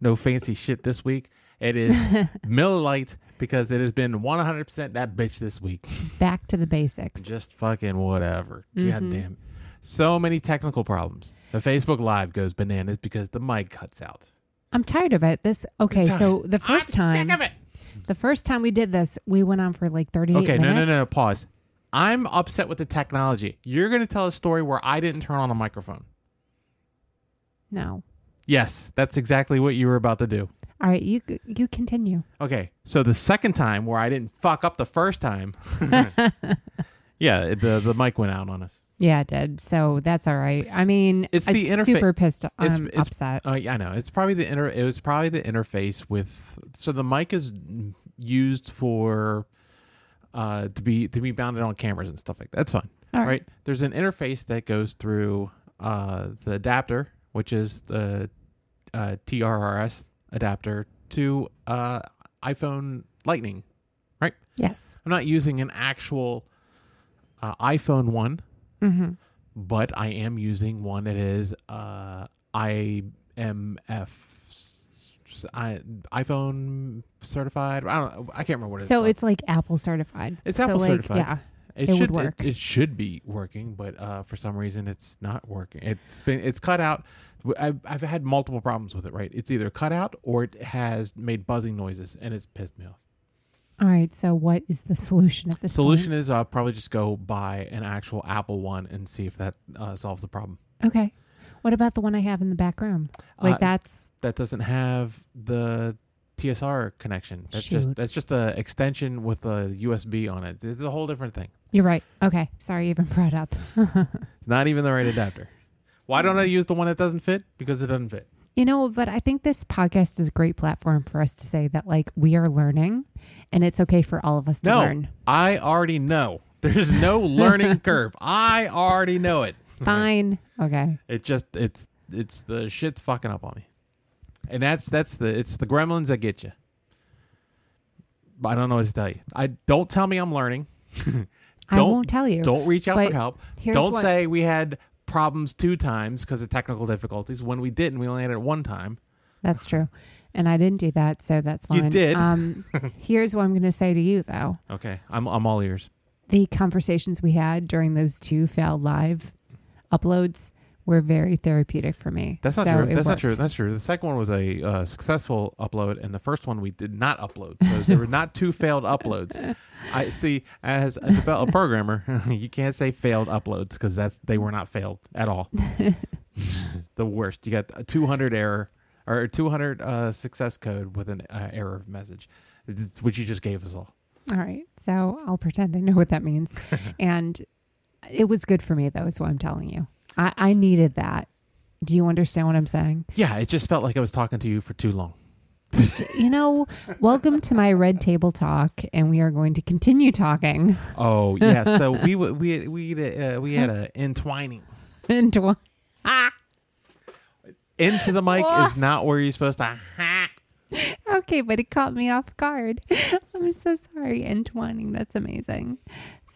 no fancy shit this week. It is Miller Lite because it has been 100% that bitch this week. Back to the basics. Just fucking whatever. God Mhm. damn. it. So many technical problems. The Facebook Live goes bananas because the mic cuts out. I'm tired of it. This okay. So the 1st I'm time, Sick of it. the first time we did this, we went on for like 38 Okay, no, no, no, no. minutes. Pause. I'm upset with the technology. You're going to tell a story where I didn't turn on a microphone. No. Yes, that's exactly what you were about to do. All right, you you continue. Okay, so the second time where I didn't fuck up the first time, yeah, it- the the mic went out on us. Yeah, it did. So that's all right. I mean, It's I'm the interfa- Super pissed. I'm It's- it's- upset. Oh, yeah, I know. It's probably the inter. It was probably the interface with. So the mic is used for, uh, to be to be mounted on cameras and stuff like that. That's fine. All right. right. There's an interface that goes through uh, the adapter, which is the uh, TRRS adapter to uh, iPhone Lightning. Yes. I'm not using an actual uh, iPhone one, Mm-hmm. but I am using one that is uh, IMF. I, iPhone certified. I don't. I can't remember what it's. So called. it's like Apple certified. It's So, Apple like, certified. Yeah. it, it would should work. It, it should be working, but uh, for some reason it's not working. It's been it's cut out. I've, I've had multiple problems with it. Right, it's either cut out or it has made buzzing noises, and it's pissed me off. All right. So what is the solution at this Solution is I'll probably just go buy an actual Apple one and see if that uh, solves the problem. Point? Okay. What about the one I have in the back room? Like Uh, that's That doesn't have the TSR connection. That's just Shoot. that's just a extension with a USB on it. It's a whole different thing. you're right. Okay. Sorry, you even brought up. It's not even the right adapter. Why don't I use the one that doesn't fit? Because it doesn't fit. You know, but I think this podcast is a great platform for us to say that like we are learning and it's okay for all of us to No, learn. I already know. There's no learning curve. I already know it. Fine. Okay. It just it's it's the shit's fucking up on me, and that's that's the it's the gremlins that get you. I don't know what to tell you. I don't tell me I'm learning. I Don't- won't tell you. Don't reach out But for help. here's Don't what- say we had problems two times because of technical difficulties. When we didn't, we only had it one time. That's true. And I didn't do that, so that's You fine. did. Um, here's what I'm going to say to you, though: Okay, I'm I'm all ears. the conversations we had during those two failed live uploads were very therapeutic for me. That's not So true. it That's not true. worked. That's true. The second one was a uh, successful upload, and the first one we did not upload. So there were not two failed uploads. I see. As a develop programmer, you can't say failed uploads because that's they were not failed at all. the worst. You got a 200 error or 200 uh, success code with an uh, error message, It's which you just gave us all. All right. So I'll pretend I know what that means, and it was good for me, though. Is what I'm telling you. I, I needed that. Do you understand what I'm saying? Yeah, it just felt like I was talking to you for too long. You know, welcome to my red table talk, and we are going to continue talking. Oh yeah. So we w- we we uh, we had a entwining. And tw- into the mic is not where you're supposed to. Okay, but it caught me off guard. I'm so sorry. And twining, that's amazing.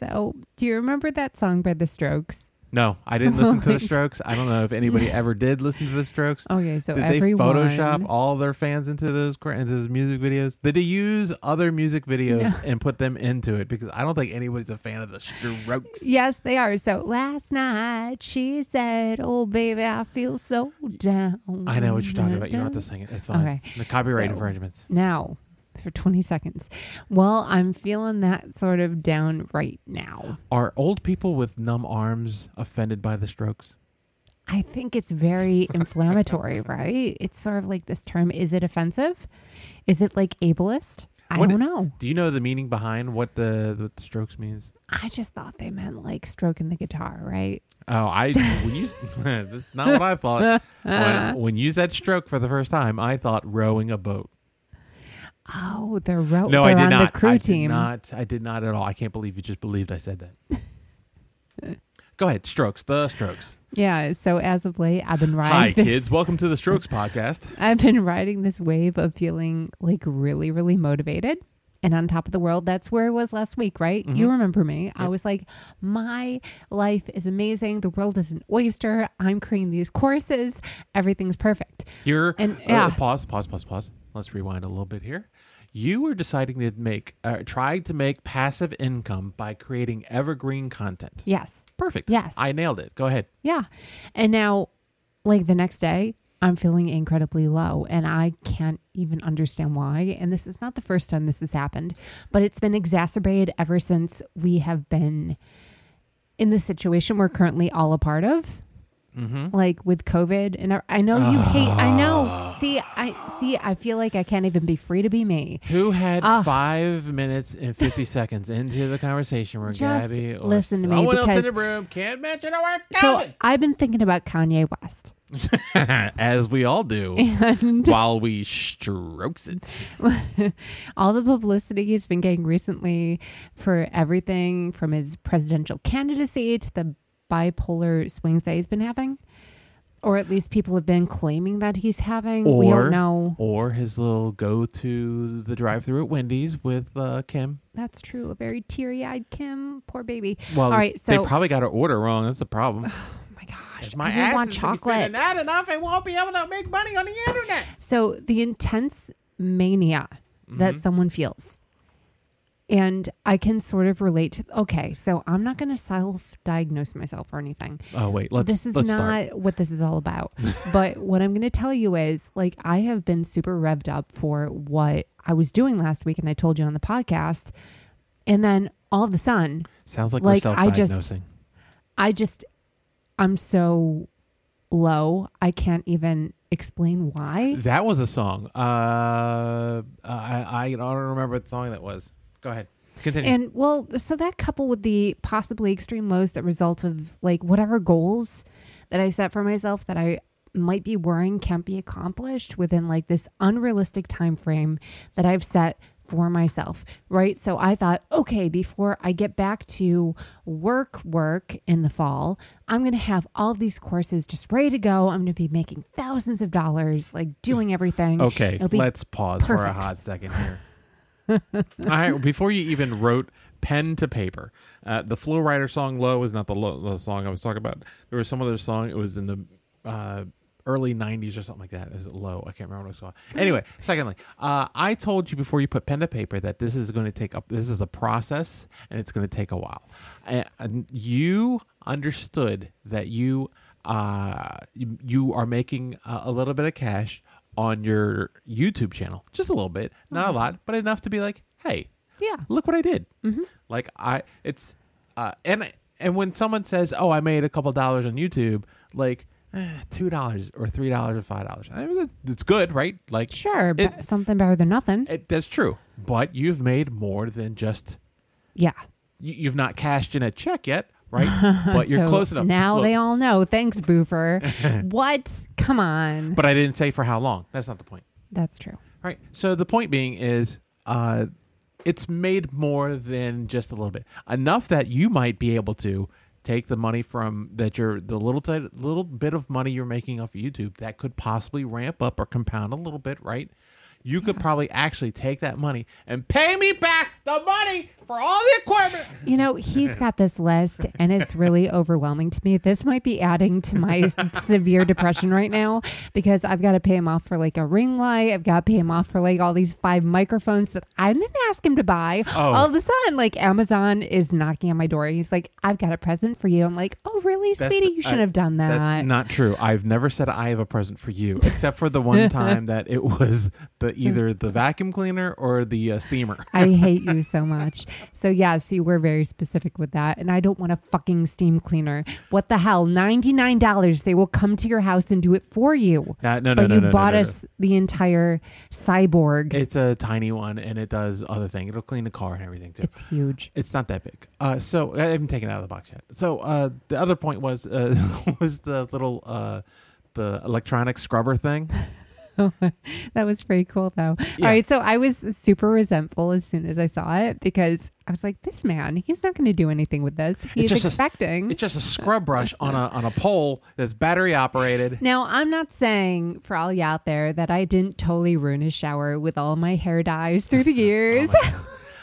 So, do you remember that song by The Strokes? No, I didn't listen to the Strokes. I don't know if anybody ever did listen to the Strokes. Okay, Oh, so Did everyone. they Photoshop all their fans into those cra- into those music videos? Did they use other music videos and put them into it? Because I don't think anybody's a fan of the Strokes. Yes, they are. So last night she said, "Oh baby, I feel so down." I know what you're talking about. You don't have to sing it. It's fine. Okay. The copyright So- infringements. now for 20 seconds. Well, I'm feeling that sort of down right now. Are old people with numb arms offended by the Strokes? I think it's very inflammatory, right? It's sort of like this term. Is it offensive? Is it like ableist? I What- don't know. Do you know the meaning behind what the what the Strokes means? I just thought they meant like stroking the guitar, right? Oh, I when you that's not what Oh, I thought. When, when you said stroke for the first time, I thought rowing a boat. Oh, they're ro- No, they're I did on not. the crew I team. did not. I did not at all. I can't believe you just believed I said that. Go ahead, strokes. The strokes. Yeah. So as of late, I've been riding. Hi, this, kids. Welcome to the Strokes podcast. I've been riding this wave of feeling like really, really motivated and on top of the world. That's where I was last week, right? You remember me. I was like, my life is amazing. The world is an oyster. I'm creating these courses. Everything's perfect. You're And- uh, yeah. pause, pause, pause, pause. Let's rewind a little bit here. You were deciding to make, uh, trying to make passive income by creating evergreen content. Yes. Perfect. Yes. I nailed it. Go ahead. Yeah. And now, like the next day, I'm feeling incredibly low and I can't even understand why. And this is not the first time this has happened, but it's been exacerbated ever since we have been in the situation we're currently all a part of. Like with COVID, and I- I know you hate. I know. See, I see. I feel like I can't even be free to be me. Who had Ah. five minutes and 50 seconds into the conversation where Just Gabby or listen to me, someone else because- in the room can't oh mention a word So COVID? I've been thinking about Kanye West, As we all do and while we strokes it. all the publicity he's been getting recently for everything from his presidential candidacy to the bipolar swings that he's been having, or at least people have been claiming that he's having. we Or- don't know. Or his little go to the drive through at Wendy's with uh, Kim. That's true. A very teary eyed Kim, poor baby. Well, all right, so they probably got her order wrong. That's the problem. oh my gosh, If my I ass didn't want is gonna be thin chocolate. and not enough, I won't be able to make money on the internet. So the intense mania that Mm-hmm. someone feels. And I can sort of relate to okay, so I'm not gonna self diagnose myself or anything. Oh wait, let's this is let's not start. what this is all about. but what I'm going to tell you is like I have been super revved up for what I was doing last week and I told you on the podcast. And then all of a sudden, Sounds like, we're like, I just- self-diagnosing. I just I'm so low. I can't even explain why. That was a song. Uh, I I don't remember what song that was. Go ahead, continue. And well, so that coupled with the possibly extreme lows that result of like whatever goals that I set for myself that I might be worrying can't be accomplished within like this unrealistic time frame that I've set for myself, right? So I thought, okay, before I get back to work work in the fall, I'm going to have all these courses just ready to go. I'm going to be making thousands of dollars, like doing everything. okay, It'll be let's pause for a perfect. hot second here. All right, before you even wrote pen to paper, uh, the Flow Rider song "Low" is not the, low, the song I was talking about. There was some other song. It was in the uh, early '90s or something like that. It was "Low." I can't remember what it was called. Mm. Anyway, secondly, uh, I told you before you put pen to paper that this is going to take up. This is a process, and it's going to take a while. And- And you understood that you uh, you- you are making a, a little bit of cash on your YouTube channel, just a little bit, not a Mm-hmm. lot, but enough to be like, hey yeah. look what I did. Mm-hmm. Like I, it's, uh, and and when someone says, "Oh, I made a couple dollars on YouTube," like eh, two dollars or three dollars or five dollars, I mean, that's, that's good, right? Like, Sure, It- but something better than nothing. it, that's true. But you've made more than just yeah. you, you've not cashed in a check yet, right? But you're So close enough. Now Look, they all know. Thanks, Boofer. what? Come on. But I didn't say for how long. That's not the point. That's true. All right. So the point being is, uh, it's made more than just a little bit. Enough that you might be able to take the money from that you're the little ti- little bit of money you're making off of YouTube that could possibly ramp up or compound a little bit, right? You could probably actually take that money and pay me back the money for all the equipment. You know, he's got this list and it's really overwhelming to me. This might be adding to my severe depression right now because I've got to pay him off for like a ring light. I've got to pay him off for like all these five microphones that I didn't ask him to buy. Oh. All of a sudden, like Amazon is knocking on my door. He's like, I've got a present for you. I'm like, oh, really, That's- sweetie? You shouldn't I- have done that. That's not true. I've never said I have a present for you, except for the one time that it was the either the vacuum cleaner or the uh, steamer. I hate you so much. So yeah, see, we're very specific with that, and I don't want a fucking steam cleaner. What the hell? Ninety nine dollars. They will come to your house and do it for you. No, no, no, but no, you no, no, bought no, no. us the entire cyborg. It's a tiny one, and it does other thing. It'll clean the car and everything too. It's, it's huge. not that big. Uh, so I haven't taken it out of the box yet. So uh, the other point was uh, was the little uh, the electronic scrubber thing. Mm-hmm. That was pretty cool, though. Yeah. All right, so I was super resentful as soon as I saw it because I was like, "This man, he's not going to do anything with this. He's just a- expecting." It's just a scrub brush on a on a pole that's battery operated. Oh Now, I'm not saying for Oh, all you out there that I didn't totally ruin his shower with all my hair dyes through the years.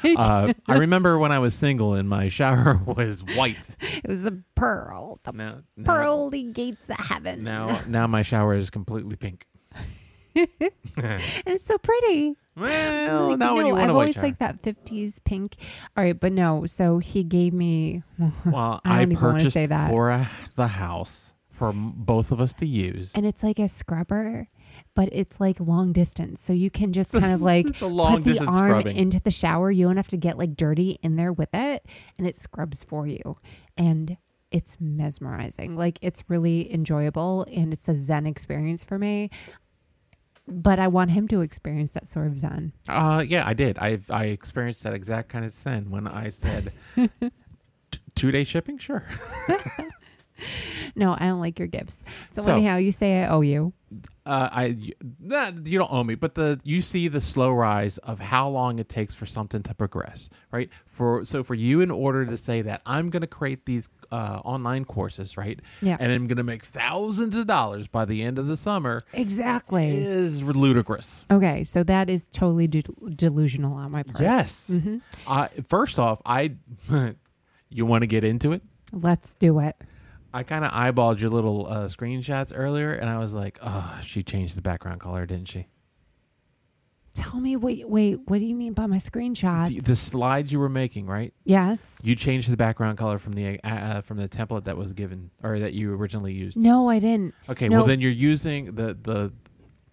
Uh, I remember when I was single and my shower was white. It was a pearl, the Now, now- pearly gates of heaven. Now, now my shower is completely pink. And it's so pretty. Well, Like, now when no, you want I've a white always shower. liked that 50s pink. All right, but no. So he gave me. Well, I I, don't even wanna purchased say that. for a, the house for m- both of us to use. and it's like a scrubber, but it's like long distance. So you can just kind of like The long put the distance arm scrubbing. into the shower. You don't have to get like dirty in there with it, and it scrubs for you. And it's mesmerizing. Like it's really enjoyable, and it's a zen experience for me. But I want him to experience that sort of zen. Uh, yeah, I did. I I experienced that exact kind of sin when I said two day shipping. Sure. No, I don't like your gifts. So, So- anyhow, you say I owe you. Uh, I you- not, you don't owe me, but the you see the slow rise of how long it takes for something to progress, right? For so for you, in order to say that I'm going to create these uh, online courses, right? Yeah. and I'm going to make thousands of dollars by the end of the summer Exactly. is ludicrous. Okay, so that is totally de- delusional on my part. Mm-hmm. Yes. I- first off, I you want to get into it? Let's do it. I kind of eyeballed your little uh, screenshots earlier, and I was like, "Oh, she changed the background color, didn't she?" Tell me, wait, wait, what do you mean by my screenshots? The, the slides you were making, right? yes. You changed the background color from the uh, uh, from the template that was given or that you originally used. No, I didn't. Okay, No. well then you're using the the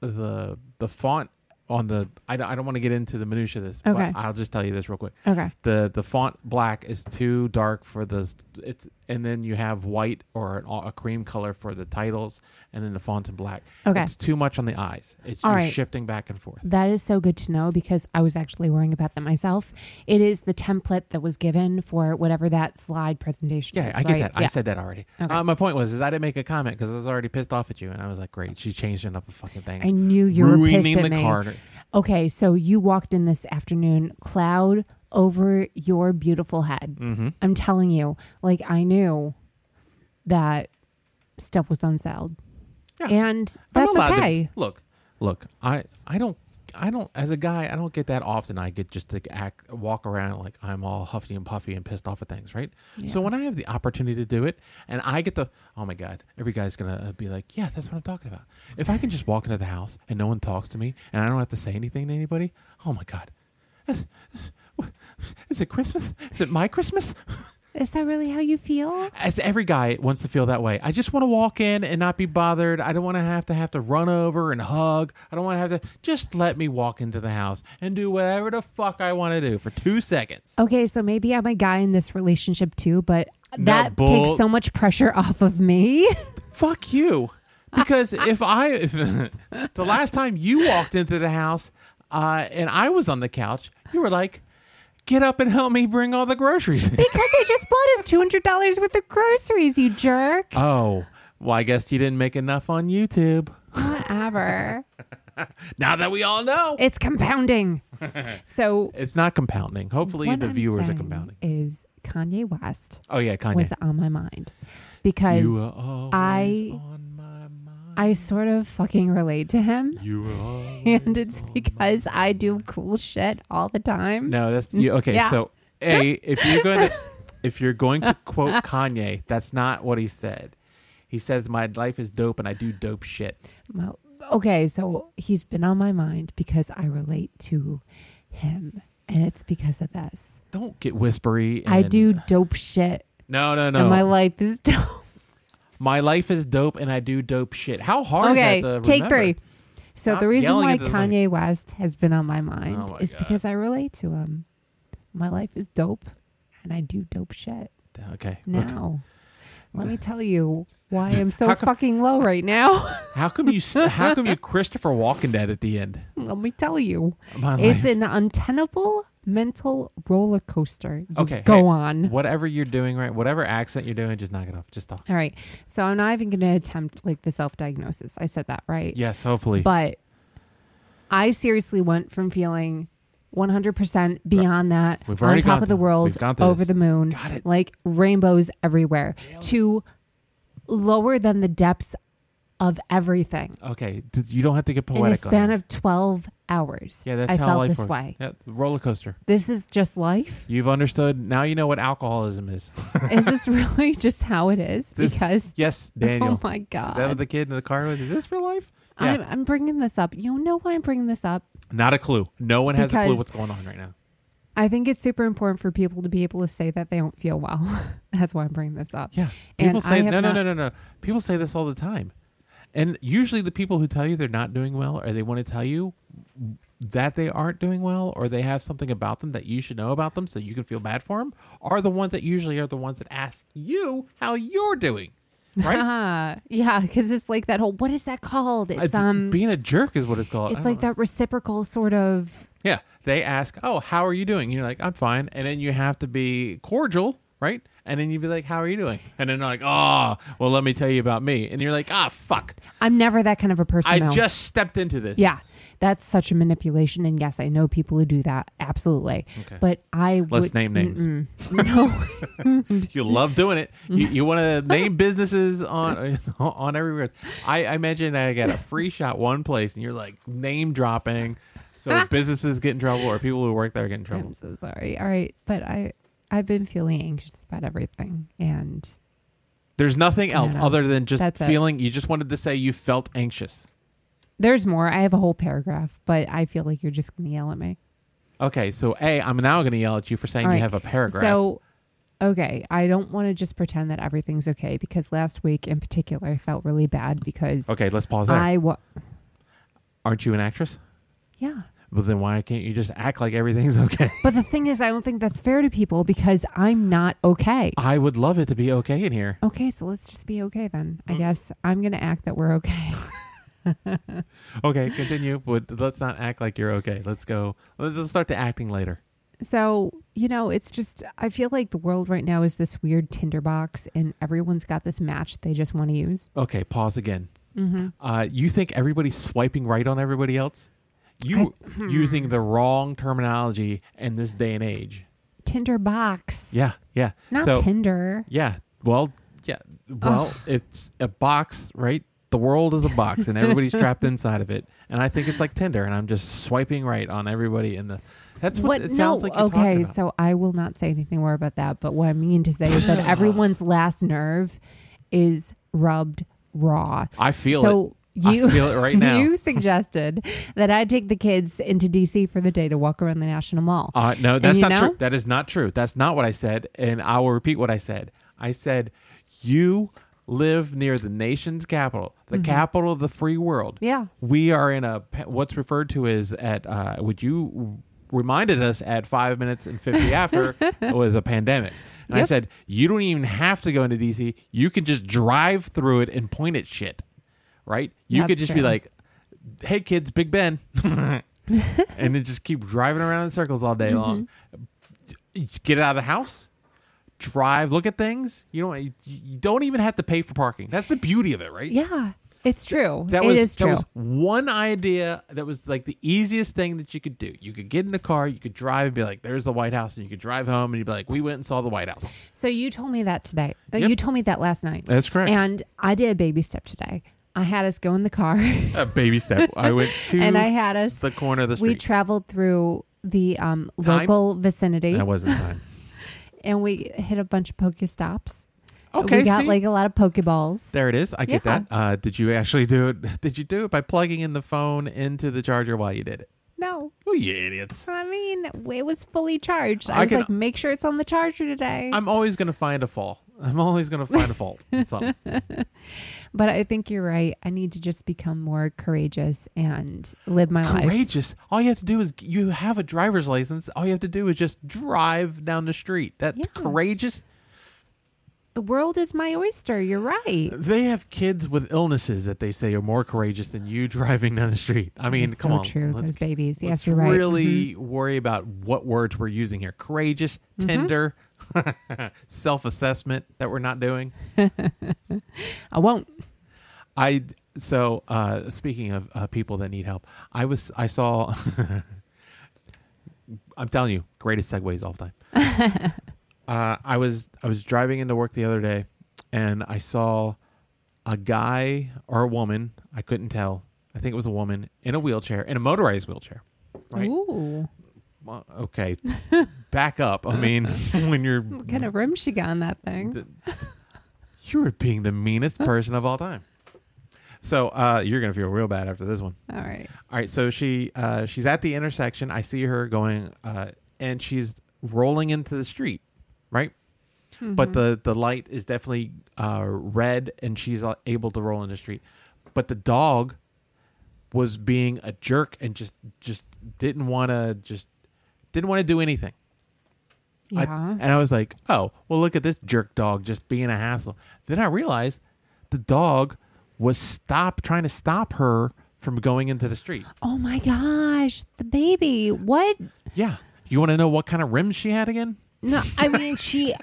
the the font on the. I don't, I don't want to get into the minutia of this, Okay. but I'll just tell you this real quick. Okay. the the font black is too dark for the st- it's and then you have white or an, a cream color for the titles and then the font in black Okay. it's too much on the eyes it's All you're right. shifting back and forth That is so good to know because I was actually worrying about that myself. It is the template that was given for whatever that slide presentation yeah is. i get right? that i Yeah. said that already Okay. uh, my point was is i didn't make a comment because i was already pissed off at you and i was like great she changed it up a fucking thing I knew you were ruining pissed at the me. card Okay, so you walked in this afternoon, cloud over your beautiful head. mm-hmm. I'm telling you, like I knew that stuff was unsold. Yeah. And that's okay. look look i i don't I don't, as a guy, I don't get that often. I get just to act, walk around like I'm all huffy and puffy and pissed off at things, right? So when I have the opportunity to do it, and I get the oh my god, every guy's gonna uh, be like, yeah, that's what I'm talking about. If I can just walk into the house and no one talks to me, and I don't have to say anything to anybody, oh my god, Is- is it Christmas? Is it my Christmas? Is that really how you feel? As every guy wants to feel that way. I just want to walk in and not be bothered. I don't want to have to have to run over and hug. I don't want to have to just let me walk into the house and do whatever the fuck I want to do for two seconds. Okay, so maybe I'm a guy in this relationship too, but that bull- takes so much pressure off of me. Fuck you. Because if I, if, the last time you walked into the house uh, and I was on the couch, you were like, get up and help me bring all the groceries in. because I just bought us two hundred dollars worth of groceries, you jerk. Oh, well, I guess you didn't make enough on YouTube. Whatever. Now that we all know, It's compounding. So it's not compounding. Hopefully, what the I'm viewers are saying compounding. Is Kanye West Oh yeah, Kanye. was on my mind because you were always I- on my mind. I sort of fucking relate to him, You were always. and it's because I do cool shit all the time. No, that's you. Okay, Mm, Yeah. so a if you're going to if you're going to quote Kanye, that's not what he said. He says my life is dope and I do dope shit. Well, okay, so he's been on my mind because I relate to him, and it's because of this. Don't get whispery. And, I do dope shit, No, no, no. and My, my life is dope. life is dope and I do dope shit. How hard okay, is that to take remember? three. So Stop the reason yelling why into the Kanye West has been on my mind Oh my is God. because I relate to him. My life is dope, and I do dope shit Okay. Look, now. Let me tell you why I'm so How come- fucking low right now. how come you? s- How come you, Christopher Walken, that at the end? Let me tell you. My It's life- an untenable mental roller coaster. You Okay, Go hey, on. Whatever you're doing, right? Whatever accent you're doing, just knock it off. Just talk. All right. So I'm not even going to attempt like the self diagnosis. I said that, right? Yes, hopefully. But I seriously went from feeling 100% beyond that, We've on already top gone of the through- world, we've gone through over this. the moon, Got it. like rainbows everywhere, to lower than the depths of everything Okay, did- you don't have to get in a poetic. on span it. of 12 hours. yeah, that's I how felt life this works. way. Yeah, roller coaster. This is just life. You've understood. Now you know what alcoholism is. is this really just how it is? This- because yes, Daniel. oh my god, is that what the kid in the car was? Is this for life? Yeah. I'm, I'm bringing this up. You know why I'm bringing this up? Not a clue. No one has a clue Because- what's going on right now. I think it's super important for people to be able to say that they don't feel well. That's why I'm bringing this up. Yeah. And People say I no, have no, not- no, no, no. People say this all the time, and usually the people who tell you they're not doing well, or they want to tell you that they aren't doing well, or they have something about them that you should know about them, so you can feel bad for them, are the ones that usually are the ones that ask you how you're doing. Right? Ah, yeah, because it's like that whole what is that called? It's, It's, um, being a jerk is what it's called. I it's don't like know. that reciprocal sort of. Yeah, they ask, "Oh, how are you doing?" You're like, "I'm fine," and then you have to be cordial, right? And then you'd be like, "How are you doing?" And then they're like, "Oh, well, let me tell you about me." And you're like, "Ah, fuck." I'm never that kind of a person. I though. just stepped into this. yeah, that's such a manipulation. And yes, I know people who do that absolutely. Okay. But I Let's would, name names. Mm-mm. no. you love doing it. You, you want to name businesses on on everywhere. I, I imagine I got a free shot one place, and you're like name dropping, so businesses get in trouble or people who work there get in trouble. I'm so sorry. All right, but I I've been feeling anxious about everything, and There's nothing else no. other than just That's it. feeling. You just wanted to say you felt anxious. there's more. I have a whole paragraph, but I feel like you're just gonna yell at me. Okay, so A, I'm now going to yell at you for saying All you right. have a paragraph. So, okay, I don't want to just pretend that everything's okay because last week in particular, I felt really bad because okay, let's pause there. I wa- Aren't you an actress? yeah. But then why can't you just act like everything's okay? But the thing is, I don't think that's fair to people because I'm not okay. I would love it to be okay in here. Okay, so let's just be okay then. Mm-hmm. I guess I'm gonna act that we're okay. Okay, continue, but let's not act like you're okay. Let's go. Let's let's start to acting later. So, you know, it's just, I feel like the world right now is this weird tinderbox and everyone's got this match they just want to use. Okay, pause again. Mm-hmm. Uh, you think everybody's swiping right on everybody else? You using the wrong terminology in this day and age. Tinderbox. Yeah, yeah. Not so, Tinder. Yeah. Well, yeah. Well, it's a box, right? The world is a box and everybody's trapped inside of it. And I think it's like Tinder and I'm just swiping right on everybody in the That's what, it sounds like you're okay, talking about. so I will not say anything more about that. But what I mean to say is that everyone's last nerve is rubbed raw. I feel so it. you I feel it right now. you suggested that I take the kids into DC for the day to walk around the National Mall. Uh, no, that's you not know- true. That is not true. That's not what I said. And I will repeat what I said. I said, you live near the nation's capital, the Mm-hmm. capital of the free world. Yeah. We are in a pe- what's referred to as at, uh, would you reminded us at five minutes and 50 after was a pandemic. And I Yep. said, you don't even have to go into DC. You can just drive through it and point at shit, right? You could That's just be true. like, hey, kids, Big Ben. and then just keep driving around in circles all day long. Mm-hmm. Get out of the house, drive, look at things. You don't you- you don't even have to pay for parking. That's the beauty of it, right? Yeah, it's true. That it was is true. that was one idea that was like the easiest thing that you could do. You could get in the car, you could drive and be like, "There's the White House," and you could drive home and you'd be like, "We went and saw the White House." So you told me that today. Uh, Yep. You told me that last night. That's correct. And I did a baby step today. I had us go in the car A baby step. I went to and I had us the corner of the we street. traveled through the um, Time? local vicinity that wasn't time. and we hit a bunch of poke stops. Okay, we got see? like a lot of pokeballs. There it is. I get Yeah. that. Uh, did you actually do it? Did you do it by plugging in the phone into the charger while you did it? No, Oh, you idiots. I mean it was fully charged. I I, was can- like, make sure it's on the charger today. I'm always going to find a fault. I'm always going to find a fault. in something. but I think you're right. I need to just become more courageous and live my life. Courageous. All you have to do is you have a driver's license. All you have to do is just drive down the street. That Yeah. courageous. The world is my oyster. You're right. They have kids with illnesses that they say are more courageous than you driving down the street. I mean, That's come so on. true. Let's, Those babies. let's Yes, you're right. Mm-hmm. really worry about what words we're using here. Courageous, tender, self-assessment that we're not doing. Mm-hmm. I won't. I so uh, speaking of uh, people that need help, I was I saw. I'm telling you, greatest segues all time. uh, I was I was driving into work the other day, and I saw a guy or a woman, I couldn't tell. I think it was a woman in a wheelchair, in a motorized wheelchair. Right. Ooh. Well, okay. Back up. I mean, when you're What kind of rim she got on that thing? Th- you were being the meanest person of all time. So uh, you're gonna feel real bad after this one. All right. All right, so she uh, she's at the intersection. I see her going, uh, and she's rolling into the street, right? But the the light is definitely uh, red, and she's uh, able to roll in the street. But the dog was being a jerk and just just didn't want to just didn't want to do anything. I- Yeah. and I was like, oh, well, look at this jerk dog just being a hassle. Then I realized the dog was stop trying to stop her from going into the street. oh my gosh, the baby. What? Yeah. You want to know what kind of rims she had again? No, I mean she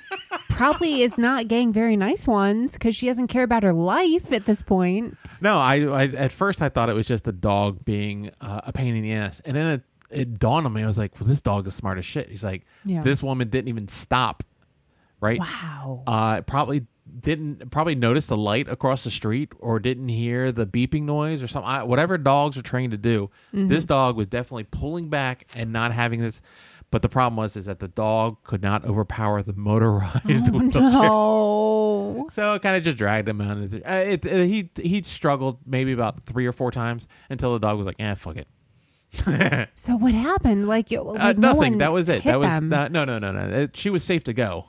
probably is not getting very nice ones because she doesn't care about her life at this point. No, I, I at first I thought it was just the dog being uh, a pain in the ass, and then it, it dawned on me. I was like, well, this dog is smart as shit. He's like, Yeah. this woman didn't even stop, right? Wow. uh, probably didn't probably notice the light across the street or didn't hear the beeping noise or something. I, whatever dogs are trained to do, Mm-hmm. this dog was definitely pulling back and not having this. But the problem was is that the dog could not overpower the motorized Oh, wheelchair, No. so it kind of just dragged him out. into- uh, It, uh, he he struggled maybe about three or four times until the dog was like, "Eh, fuck it." So what happened? Like, you- Uh, like, no nothing. one that was it. hit That was them. not, no, no, no, no. It- she was safe to go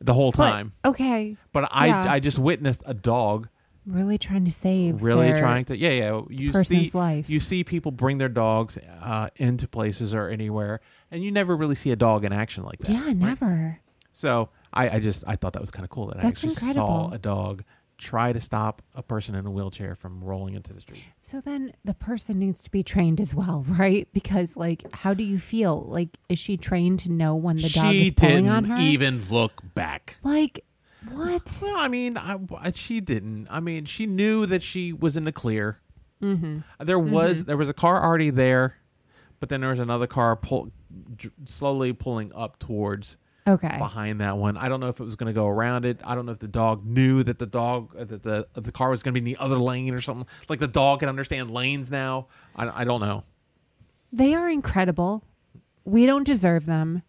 the whole But- time. okay. But I Yeah. I just witnessed a dog Really trying to save. really their- trying to yeah yeah you person's see life. you see people bring their dogs uh, into places or anywhere and you never really see a dog in action like that Yeah. right? Never. so I, I just i thought that was kind of cool that i That's actually incredible. saw a dog try to stop a person in a wheelchair from rolling into the street So then the person needs to be trained as well, right? Because like, how do you feel? Like, is she trained to know when the dog she is pulling didn't on her? even look back like, what? well i mean I, I- she didn't i mean she knew that she was in the clear Mm-hmm. there was there was a car already there but then there was another car pull, dr- slowly pulling up towards Okay. behind that one. I don't know if it was going to go around it. I don't know if the dog knew that the dog uh, that the that the car was going to be in the other lane or something. Like the dog can understand lanes now. I, I don't know. They are incredible. We don't deserve them.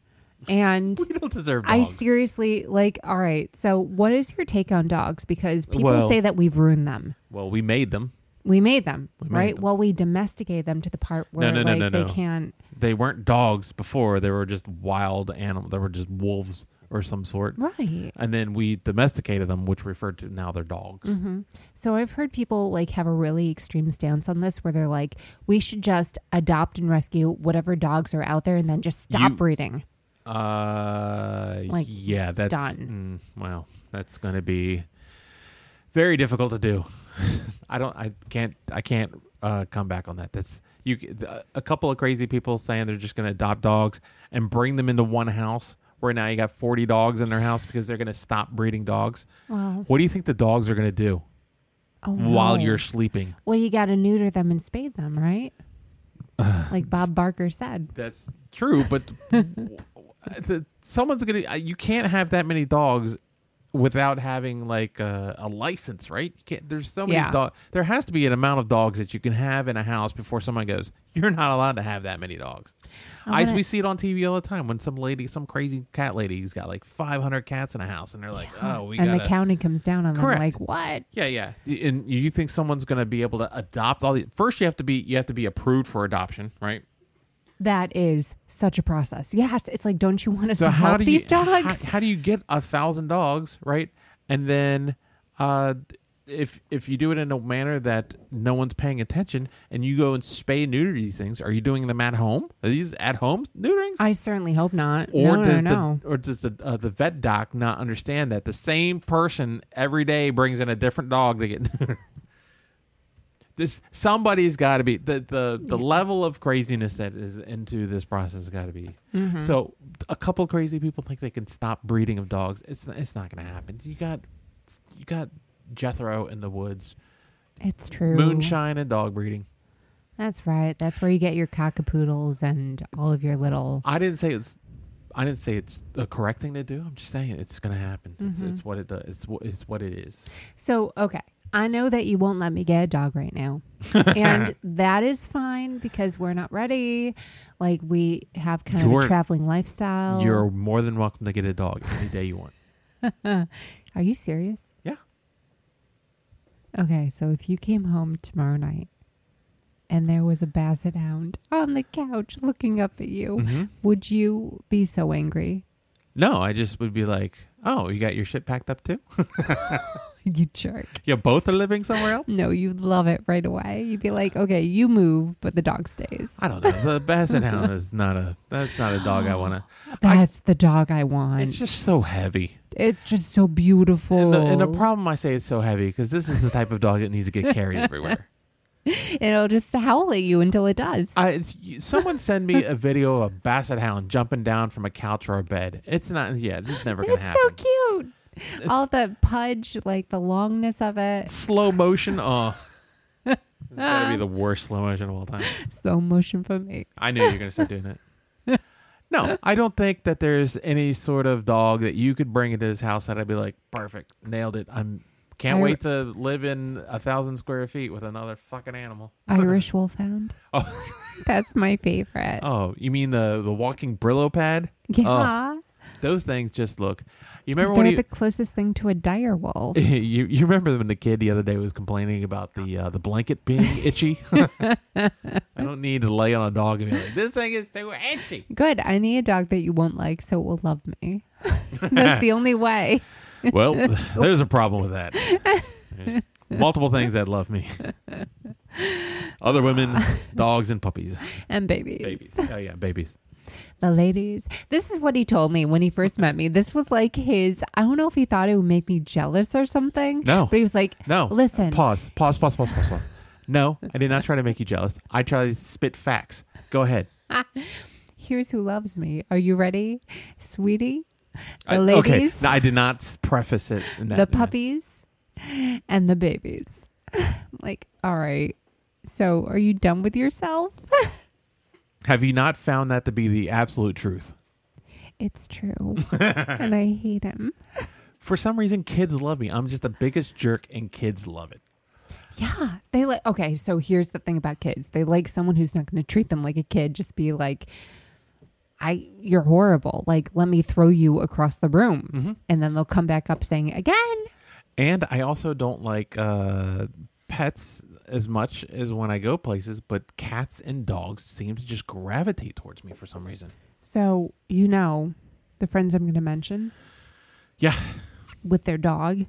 And We don't deserve I dogs. seriously like all right. So what is your take on dogs because people Well- say that we've ruined them. well, we made them. We made them, made right? them. Well, we domesticated them to the part where no, no, like no, they no. can't They weren't dogs before. They were just wild animal. They were just wolves or some sort. right. And then we domesticated them, which referred to now they're dogs. Mm. Mm-hmm. So I've heard people like have a really extreme stance on this where they're like we should just adopt and rescue whatever dogs are out there and then just stop You- breeding. Uh, Like, yeah, that's done. mm, wow, that's going to be very difficult to do. I don't, I can't, I can't uh, come back on that. That's you. c- th- uh, A couple of crazy people saying they're just going to adopt dogs and bring them into one house where now you got forty dogs in their house because they're going to stop breeding dogs. Well, What do you think the dogs are going to do oh, while no. you're sleeping? Well, you got to neuter them and spade them, right? like Bob Barker said. That's true, but the- someone's gonna. uh, You can't have that many dogs without having like a, a license, right? You can't. There's so many Yeah. dog. There has to be an amount of dogs that you can have in a house before someone goes. You're not allowed to have that many dogs. I I, wanna- we see it on TV all the time when some lady, some crazy cat lady's got like 500 cats in a house, and they're like, oh, we and gotta. the county comes down on Correct. them like, "What?" yeah, yeah, and you think someone's going to be able to adopt all the? First, you have to be you have to be approved for adoption, right? That is such a process. Yes, it's like, don't you want us so to how help do these you, dogs? How, how do you get a thousand dogs right? And then, uh, if if you do it in a manner that no one's paying attention, and you go and spay and neuter these things, are you doing them at home? Are these at home neuterings? I certainly hope not. or no, does no, no. the or does the uh, the vet doc not understand that the same person every day brings in a different dog to get neutered? Just somebody's got to be the the, the level of craziness that is into this process has got to be. Mm-hmm. So a couple crazy people think they can stop breeding of dogs. It's not, it's not going to happen. You got you got Jethro in the woods, it's true. moonshine and dog breeding. That's right. That's where you get your cockapoodles and all of your little. I didn't say it's I didn't say it's the correct thing to do. I'm just saying it's going to happen. It's, it's what it does. It's, wh- it's what it is. So, okay. I know that you won't let me get a dog right now. and that is fine because we're not ready. Like, we have kind of You're- a traveling lifestyle. You're more than welcome to get a dog any day you want. Are you serious? Yeah. Okay. So, if you came home tomorrow night and there was a basset hound on the couch looking up at you, Mhm. would you be so angry? No, I just would be like, oh, you got your shit packed up too? you jerk. You both are living somewhere else? No, you'd love it right away. You'd be like, okay, you move, but the dog stays. I don't know. The basset hound is not a that's not a dog I want to. I- That's the dog I want. It's just so heavy. It's just so And beautiful. the, and the problem I say it's so heavy because this is the type of dog that needs to get carried everywhere. It'll just howl at you until it does. I, it's, you- someone send me a video of a basset hound jumping down from a couch or a bed. It's not. Yeah, this is never gonna it's happen. so cute. All the pudge, like the longness of it. Slow motion. Oh, it's gotta be the worst slow motion of all time. Slow motion for me. I knew you were gonna start doing it. No, I don't think that there's any sort of dog that you could bring into this house that I'd be like, perfect, nailed it. I'm can't I- wait to live in a thousand square feet with another fucking animal. Irish wolfhound. Oh, That's my favorite. oh, you mean the the walking Brillo pad? yeah. Those things just look. You Oh. remember They're when you, the closest thing to a dire wolf. you you remember when the kid the other day was complaining about the uh, the blanket being itchy? I don't need to lay on a dog and be like, this thing is too itchy. Good. I need a dog that you won't like so it will love me. That's the only way. Well, there's a problem with that. There's multiple things that love me. Other women, dogs, and puppies. And babies. Babies. Oh yeah, babies. The ladies. This is what he told me when he first met me. This was like his, I don't know if he thought it would make me jealous or something. No. But he was like, No. Listen. Pause. Pause. Pause. Pause. Pause. Pause. No, I did not try to make you jealous. I tried to spit facts. Go ahead. Here's who loves me. Are you ready, sweetie? The I- okay. ladies, No, I did not preface it. In that the puppies, and the babies. I'm like, all right. So, are you done with yourself? Have you not found that to be the absolute truth? It's true, and I hate him. For some reason, kids love me. I'm just the biggest jerk, and kids love it. Yeah, they like. Okay, so here's the thing about kids: they like someone who's not going to treat them like a kid. Just be like, "I, you're horrible. Like, let me throw you across the room," Mm. Mm-hmm. and then they'll come back up saying again. And I also don't like uh, pets as much as when I go places, but cats and dogs seem to just gravitate towards me for some reason. So you know, the friends I'm going to mention. Yeah. Mm-hmm. with their dog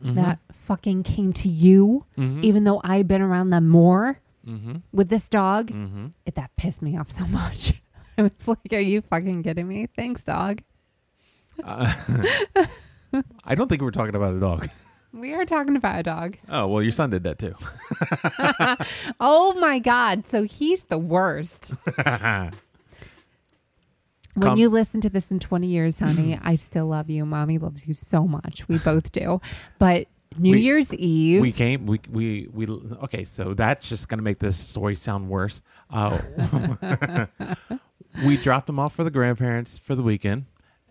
that fucking came to you, even though I've been around them more Mm-hmm. with this dog. It, that pissed me off so much. I was like, are you fucking kidding me? Thanks, dog. I don't think we're talking about a dog. We are talking about a dog. Oh, well, your son did that too. Oh my God. So he's the worst. When Come- you listen to this in 20 years, honey, I still love you. Mommy loves you so much. We both do. But New We- Year's Eve. we came, we, we, we, okay, so that's just going to make this story sound worse. Uh, we dropped them off for the grandparents for the weekend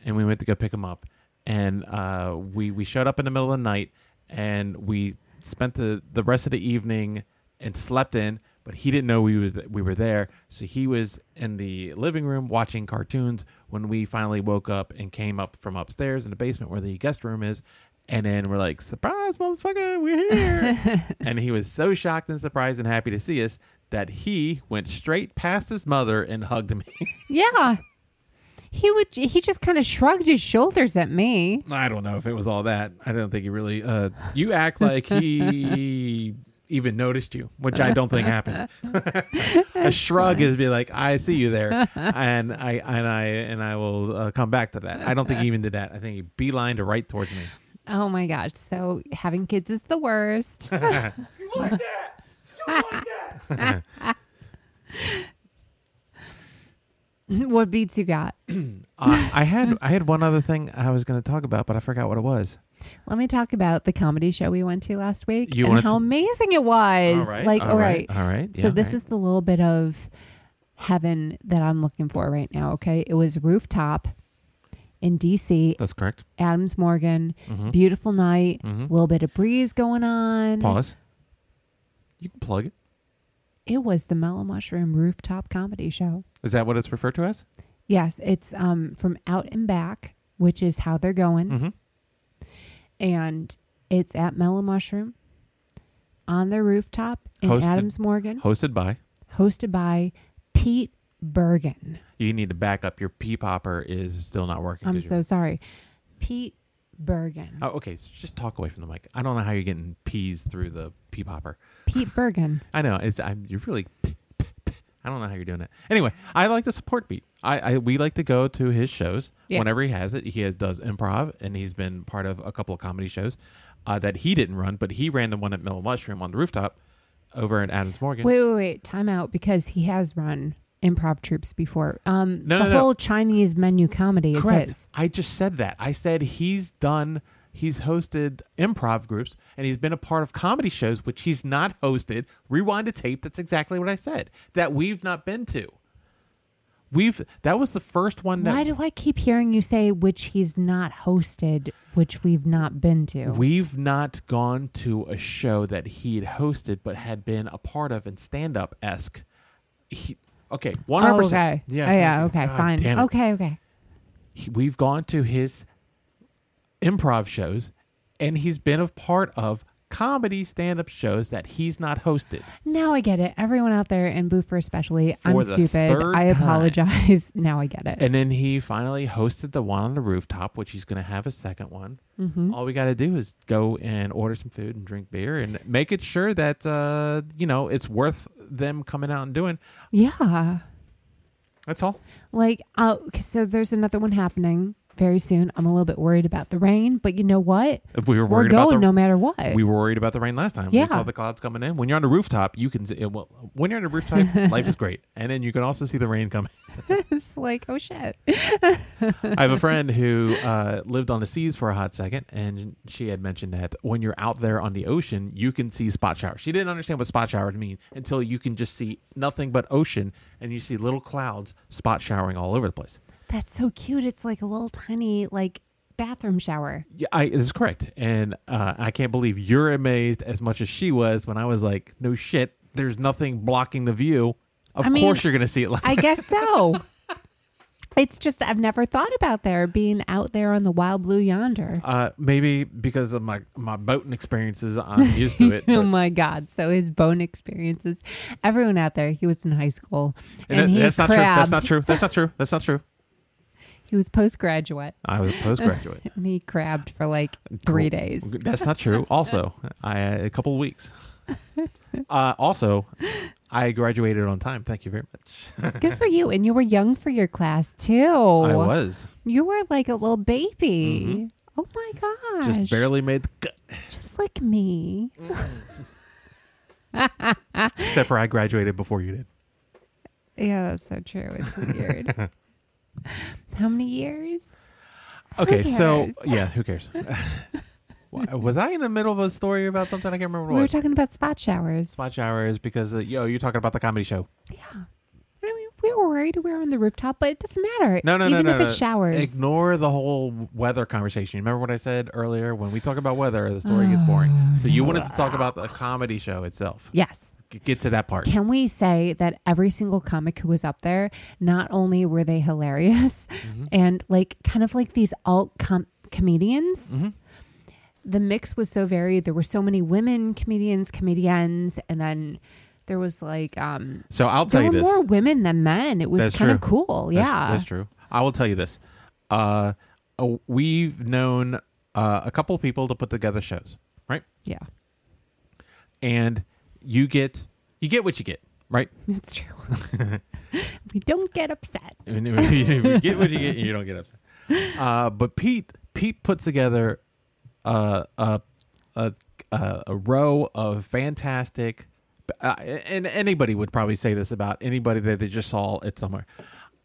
and we went to go pick them up and uh, we we showed up in the middle of the night and we spent the, the rest of the evening and slept in but he didn't know we was we were there so he was in the living room watching cartoons when we finally woke up and came up from upstairs in the basement where the guest room is and then we're like surprise motherfucker we're here and he was so shocked and surprised and happy to see us that he went straight past his mother and hugged me yeah. He would. He just kind of shrugged his shoulders at me. I don't know if it was all that. I don't think he really. Uh, you act like he even noticed you, which I don't think happened. a shrug is be like, "I see you there," and I and I and I will uh, come back to that. I don't think he even did that. I think he beelined right towards me. Oh my gosh. So having kids is the worst. what beats you got? Uh, I had I had one other thing I was going to talk about, but I forgot what it was. Let me talk about the comedy show we went to last week You and wanted how to- amazing it was. All right, like, all all right. right, all right, so yeah, this all right. is the little bit of heaven that I'm looking for right now. Okay. It was Rooftop in DC, That's correct. Adams Morgan. hmm Beautiful night. hmm A little bit of breeze going on. Pause. You can plug it. It was the Mellow Mushroom Rooftop Comedy Show. Is that what it's referred to as? Yes, it's um, from Out and Back, which is how they're going. Mm-hmm. And it's at Mellow Mushroom on their rooftop in Hosted- Adams Morgan, Hosted by. hosted by Pete Bergen. You need to back up. Your pee popper is still not working. I'm 'cause so you're- sorry. Pete Bergen. Oh, okay, so just talk away from the mic. I don't know how you're getting peas through the pee popper. Pete Bergen. I know it's. I'm, you're really. I don't know how you're doing it. Anyway, I like to support Beat. I, I we like to go to his shows Yeah. whenever he has it. He has, does improv, and he's been part of a couple of comedy shows uh, that he didn't run, but he ran the one at Mellow Mushroom on the rooftop over in Adams Morgan. Wait, wait, wait. Time out because he has run improv troops before. Um, No, the no, no. whole Chinese menu comedy is Correct. his. I just said that. I said he's done. He's hosted improv groups and he's been a part of comedy shows which he's not hosted. Rewind a tape. That's exactly what I said. That we've not been to. We've that was the first one that Why do I keep hearing you say which he's not hosted, which we've not been to? We've not gone to a show that he had hosted but had been a part of and stand up esque. He- Okay, one hundred Oh, percent. okay. Yeah. yeah. Okay. fine. Okay. Okay. We've gone to his improv shows, and he's been a part of comedy stand up shows that he's not hosted. Now I get it. Everyone out there in Boofer, especially, I'm For the stupid. third I time. apologize. now I get it. And then he finally hosted the one on the rooftop, which he's going to have a second one. Mm-hmm. All we got to do is go and order some food and drink beer and make it sure that uh, you know it's worth them coming out and doing. yeah. That's all. Like, uh, so there's another one happening very soon. I'm a little bit worried about the rain, but you know what? We were We're worried going about the no matter what. we were worried about the rain last time. Yeah. We saw the clouds coming in. When you're on the rooftop, you can see, well, when you're on the rooftop, life is great, and then you can also see the rain coming. it's like, oh shit. I have a friend who uh, lived on the seas for a hot second, and she had mentioned that when you're out there on the ocean, you can see spot showers. She didn't understand what spot showers mean until you can just see nothing but ocean, and you see little clouds spot showering all over the place. That's so cute. It's like a little tiny, like, bathroom shower. Yeah, I, this is correct, and uh, I can't believe you're amazed as much as she was when I was like, "No shit, there's nothing blocking the view." Of I mean, course, you're gonna see it. Like, I guess so. it's just I've never thought about there being out there on the wild blue yonder. uh, maybe because of my my boating experiences, I'm used to it. Oh but- my God! So his bone experiences. Everyone out there, he was in high school, and, and he that- that's not crabbed. true. That's not true. That's not true. That's not true. He was postgraduate, I was a postgraduate. and he crabbed for like three days. That's not true. Also, I a couple of weeks. Uh, also, I graduated on time. Thank you very much. Good for you, and you were young for your class too. I Oh, was Mm-hmm. You were like a little baby. Oh my gosh! just barely made the cut, Just like me. except for I graduated before you did. Yeah, that's so true. It's weird. How many years? Okay, so cares? yeah, who cares? Why- was I in the middle of a story about something I can't remember We what it were was? talking about spot showers. Spot showers because uh, yo, you're talking about the comedy show. Yeah. I mean, we were worried we were on the rooftop, but it doesn't matter. No, no, no, Even no, if no. it showers. Ignore the whole weather conversation. You remember what I said earlier? When we talk about weather, the story gets boring. So you wanted to Ah. talk about the comedy show itself. yes. G- Get to that part. Can we say that every single comic who was up there, not only were they hilarious Mm-hmm. and like kind of like these alt com- comedians, Mm. Mm-hmm. the mix was so varied. There were so many women comedians, comedians, and then there was like um So I'll tell there you this. were more women than men. It was That's kind of true. cool. That's- yeah. that's true. I will tell you this. Uh, uh, we've known uh, a couple of people to put together shows, right? Yeah. And you get you get what you get, right? That's true. we don't get upset. And if you, if you get what you get, and you don't get upset. Uh, but Pete Pete put together uh, a a a, a row of fantastic, uh, and anybody would probably say this about anybody that they just saw it somewhere.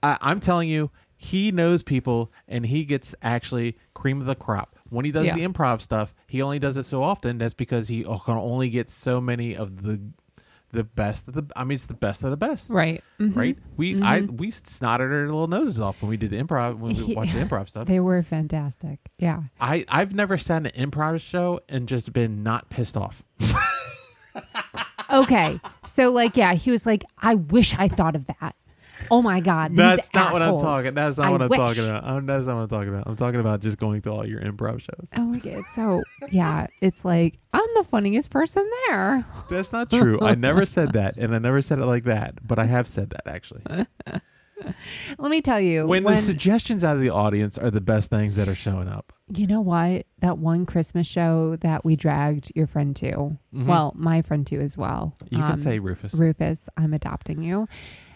I, I'm telling you, he knows people, and he gets actually cream of the crop. When he does Yeah. the improv stuff, he only does it so often. That's because he can only get so many of the the best of the. I mean, it's the best of the best, Right. Mhm. right? Mm-hmm. We I we snotted our little noses off when we did the improv when we Yeah. watched the improv stuff. They were fantastic. Yeah. I I've never sat in an improv show and just been not pissed off. Okay. so like, yeah, he was like, I wish I thought of that. Oh my God. these That's not what I'm assholes. talking. That's not I what I'm wish." talking about. I'm, that's not what I'm talking about. I'm talking about just going to all your improv shows. Oh my God. So yeah, it's like I'm the funniest person there. That's not true. I never said that, and I never said it like that. But I have said that actually. Let me tell you, When, the suggestions out of the audience are the best things that are showing up. You know what? That one Christmas show that we dragged your friend to. Well, my friend too as well. Mm-hmm. You Um, can say Rufus. Rufus, I'm adopting you.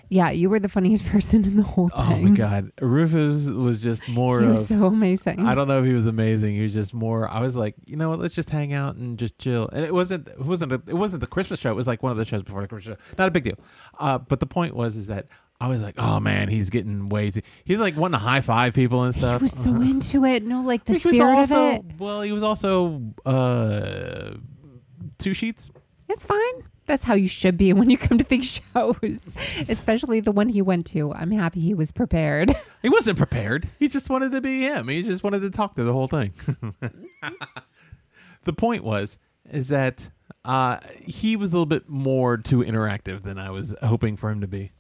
Yeah, you were the funniest person in the whole thing. oh my God, Rufus was just more He was of. so amazing. I don't know if he was amazing. He was just more. I was like, you know what? Let's just hang out and just chill. And it wasn't. It wasn't. A, it wasn't the Christmas show. It was like one of the shows before the Christmas show. Not a big deal. Uh, but the point was, is that I was like, oh man, he's getting way too. He's like wanting to high five people and he stuff. was so into it. No, like the He was spirit also of it. well. He was also uh, two sheets. It's fine. That's how you should be when you come to these shows, especially the one he went to. I'm happy he was prepared. He wasn't prepared. He just wanted to be him. He just wanted to talk through the whole thing. the point was is that uh, he was a little bit more too interactive than I was hoping for him to be.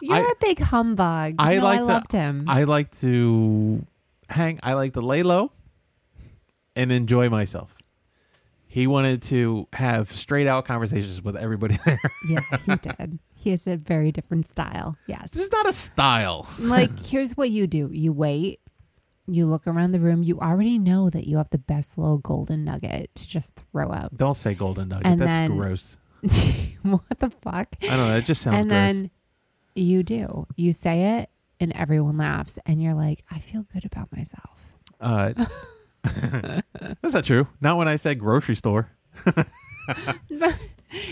You're I- a big humbug. I No, like I to- loved him. I like to hang. I like to lay low and enjoy myself. He wanted to have straight out conversations with everybody there. yeah, he did. He has a very different style. Yes. this is not a style. like here's what you do you wait you look around the room you already know that you have the best little golden nugget to just throw out Don't say golden nugget. And That's then- gross. what the fuck I don't know. It just sounds and gross. then you do you say it and everyone laughs and you're like i feel good about myself Uh, that's not true. Not when I said grocery store.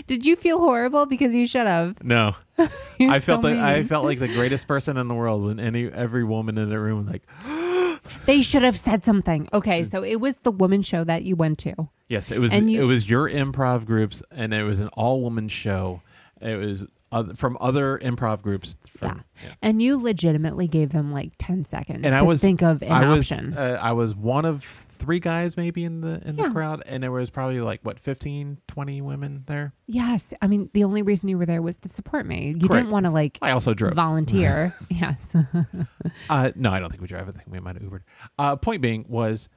did you feel horrible because you should have No, You're I so felt like I mean. felt like the greatest person in the world when any every woman in the room was like, they should have said something okay so it was the woman show that you went to yes, it was And you- it was your improv groups, and it was an all woman show. It was other, from other improv groups. From, Yeah. and you legitimately gave them like 10 seconds And I to was think of an I was option uh, I was one of three guys maybe in the in Yeah. the crowd, and there was probably like what 15, 20 women there. Yes. I mean, the only reason you were there was to support me. You Correct. didn't want to like I also drove. volunteer. yes. Uh, no, I don't think we drive. I think we might have Ubered. Uh, point being was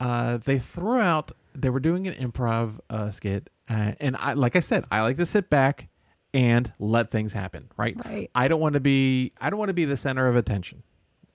uh, they threw out. They were doing an improv uh, skit, uh, and I, like I said, I like to sit back and let things happen. Right. Right. I don't want to be. I don't want to be the center of attention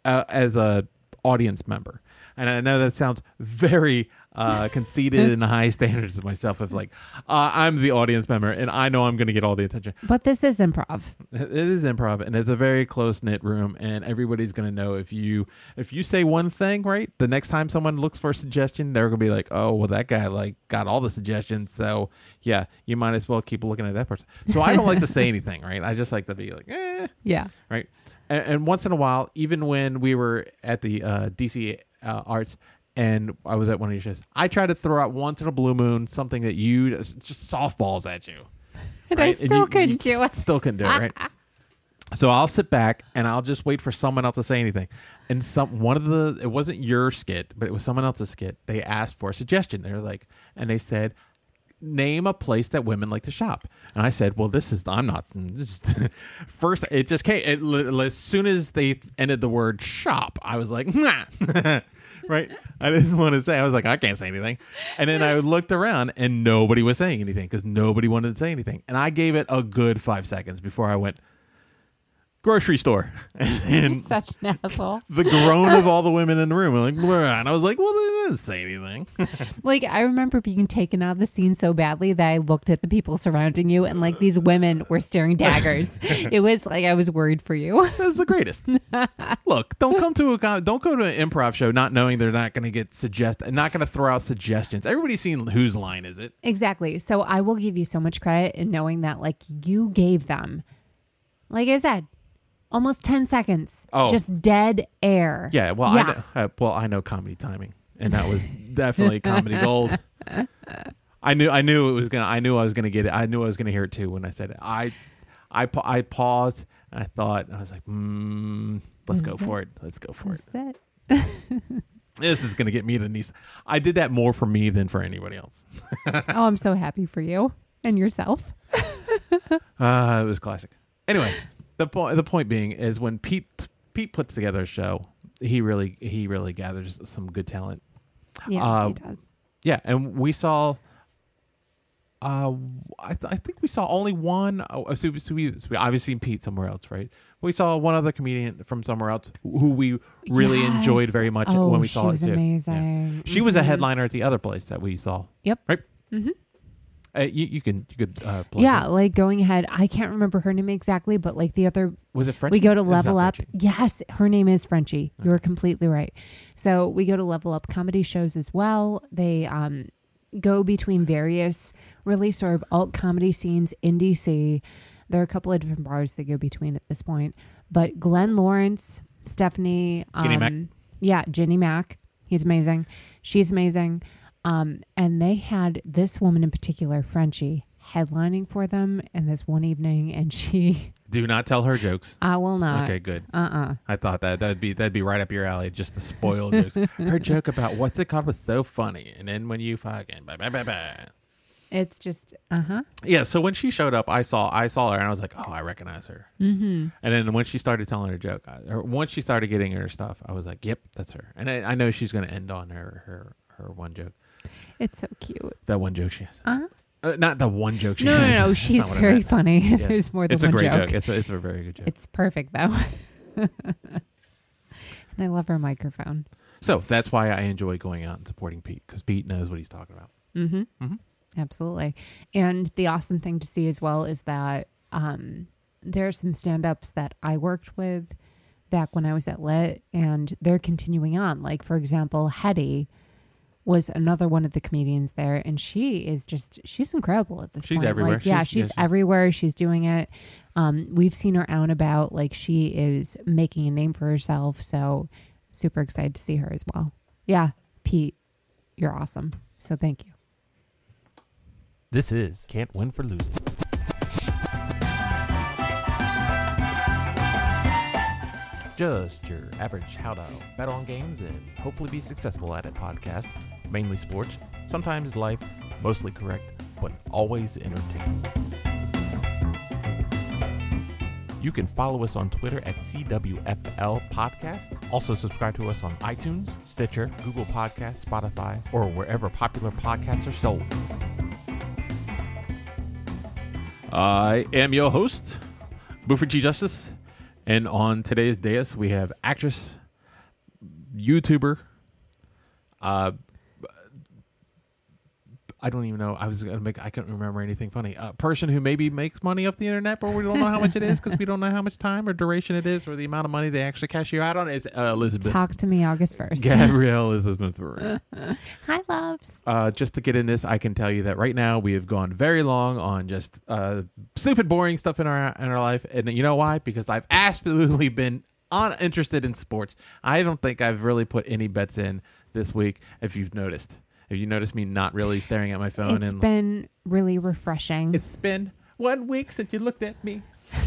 uh, as a audience member. And I know that sounds very uh, conceited and high standards of myself. Of like, uh, I'm the audience member, and I know I'm going to get all the attention. But this is improv. It is improv, and it's a very close knit room, and everybody's gonna know if you if you say one thing right, the next time someone looks for a suggestion, they're gonna be like, oh, well, that guy like got all the suggestions, so yeah, you might as well keep looking at that person. So I don't like to say anything, right? I just like to be like, eh, Yeah. right? And, and once in a while, even when we were at the uh, DC uh, Arts and I was at one of your shows, I try to throw out once in a blue moon something that you just softballs at you. And I right? And still you- couldn't you do it. Still couldn't do it, right? So I'll sit back and I'll just wait for someone else to say anything. And some one of the it wasn't your skit, but it was someone else's skit. They asked for a suggestion. They were like, and they said, name a place that women like to shop. And I said, well, this is I'm not. this is- First, it just came it, li- as soon as they ended the word shop. I was like, nah. right. I didn't want to say. I was like, I can't say anything. And then I looked around and nobody was saying anything because nobody wanted to say anything. And I gave it a good five seconds before I went grocery store. and He's such an asshole. the groan of all the women in the room were like, Bleh. and I was like, well, they didn't say anything. Like I remember being taken out of the scene so badly that I looked at the people surrounding you and like these women were staring daggers. it was like I was worried for you. That's the greatest. Look, don't come to a con- don't go to an improv show not knowing they're not going to get suggest not going to throw out suggestions. Everybody's seen whose line is it? Exactly. So I will give you so much credit in knowing that, like, you gave them, like I said, almost 10 seconds. Oh. Just dead air. Yeah, well, yeah. I know, uh, well I know comedy timing, and that was definitely comedy gold. I knew I knew it was gonna. I knew I was gonna get it. I knew I was gonna hear it too when I said it. I, I, pa- I paused and I thought I was like, mm, let's go for it. Let's go for it. That's it. This is gonna get me to niece. I did that more for me than for anybody else. Oh, I'm so happy for you and yourself. Uh, it was classic. Anyway, the point the point being is when Pete Pete puts together a show, he really he really gathers some good talent. Yeah, Uh, he does. Yeah, and we saw. Uh, I, th- I think we saw only one. Oh, so, we- so we, so we obviously seen Pete somewhere else, right? We saw one other comedian from somewhere else who we really Yes. enjoyed very much oh, when we saw she was it too. Yeah. amazing. She was a Mhm. headliner at the other place that we saw. Yep. Right. Mhm. Uh, you, you can you could uh, plug Yeah, it. like going ahead. I can't remember her name exactly, but like the other Was it French? we go to level up yes her name is frenchie you are completely right so we go to level up comedy shows as well they um, go between various really sort of alt comedy scenes in dc there are a couple of different bars they go between at this point but glenn lawrence stephanie um, Ginny Mac. yeah jenny mack he's amazing she's amazing um, and they had this woman in particular frenchie headlining for them in this one evening and she Do not tell her jokes. i will not okay, good. uh-uh. I thought that that'd be that'd be right up your alley. Just the spoiled jokes. Her joke about what's it called was so funny, and then when you fucking blah, blah, blah, blah. It's just uh huh. yeah. So when she showed up, I saw I saw her, and I was like, oh, I recognize her. Mm-hmm. And then when she started telling her joke, I, or once she started getting her stuff, I was like, yep, that's her. And I, I know she's gonna end on her her her one joke. It's so cute. That one joke she has. Uh-huh. Uh, not the one joke she No, no, has. no. That's She's not what I very meant. funny. Yes. There's more than It's one a great joke. It's a, it's a very good joke. It's perfect though. and I love her microphone. so that's why I enjoy going out and supporting Pete because Pete knows what he's talking about. Mm-hmm. Mhm. Absolutely. And the awesome thing to see as well is that um, there are some stand-ups that I worked with back when I was at Lit, and they're continuing on. Like for example, Hetty was another one of the comedians there, and she is just she's incredible at this. She's point. everywhere. Like, yeah, She's- she's, yeah, she- everywhere. She's doing it. Um, we've seen her out and about. Like she is making a name for herself. So super excited to see her as well. Yeah, Pete, you're awesome. So thank you. This is Can't Win for Losing. Just your average how to bet on games and hopefully be successful at it podcast, mainly sports, sometimes life, mostly correct, but always entertaining. You can follow us on Twitter at CWFL Podcast. Also, subscribe to us on iTunes, Stitcher, Google Podcasts, Spotify, or wherever popular podcasts are sold. I am your host, Buford G. Justice, and on today's dais we have actress, YouTuber. Uh, I don't even know. I was gonna make. I couldn't remember anything funny. A person who maybe makes money off the internet, but we don't know how much it is because we don't know how much time or duration it is or the amount of money they actually cash you out on. It's uh, Elizabeth Talk to me August first. Gabrielle Elizabeth Moran. Hi, loves. uh, just to get in this, I can tell you that right now we have gone very long on just uh, stupid, boring stuff in our in our life, and you know why? Because I've absolutely been uninterested in sports. I don't think I've really put any bets in this week. If you've noticed, if you noticed me not really staring at my phone, It's and been really refreshing. it's been one week since you looked at me.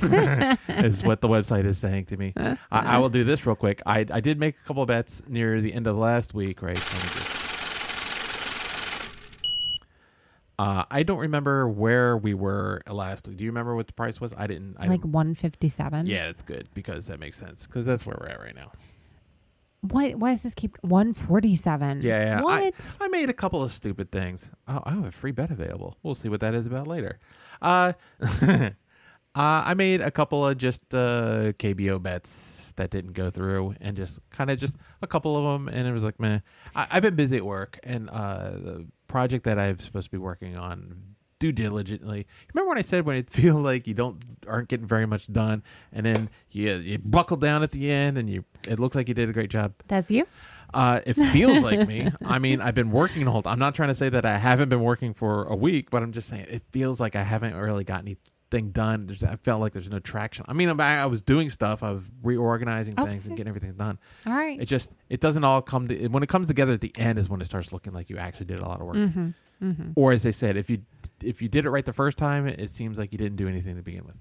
is what the website is saying to me. I, I will do this real quick. I, I did make a couple bets near the end of last week, right? Let me just- Uh, I don't remember where we were last week. Do you remember what the price was? I didn't. I like didn't- 157. yeah, that's good because that makes sense because that's where we're at right now. Why, why is this keep 147? Yeah, yeah. What? I, I made a couple of stupid things. Oh, I have a free bet available. We'll see what that is about later. Uh, uh, I made a couple of just uh, KBO bets that didn't go through, and just kind of just a couple of them, and it was like, man, I've been busy at work, and uh, the project that I'm supposed to be working on due diligently. Remember when I said when it feel like you don't aren't getting very much done, and then you, you buckle down at the end, and you it looks like you did a great job. That's you? Uh, it feels like me. I mean, I've been working the whole time. I'm not trying to say that I haven't been working for a week, but I'm just saying it feels like I haven't really got anything done. There's, I felt like there's no traction. I mean, I, I was doing stuff. I was reorganizing things Okay. and getting everything done. All right. It just it doesn't all come to when it comes together at the end is when it starts looking like you actually did a lot of work. Mhm. hmm Or as they said, if you if you did it right the first time, it seems like you didn't do anything to begin with.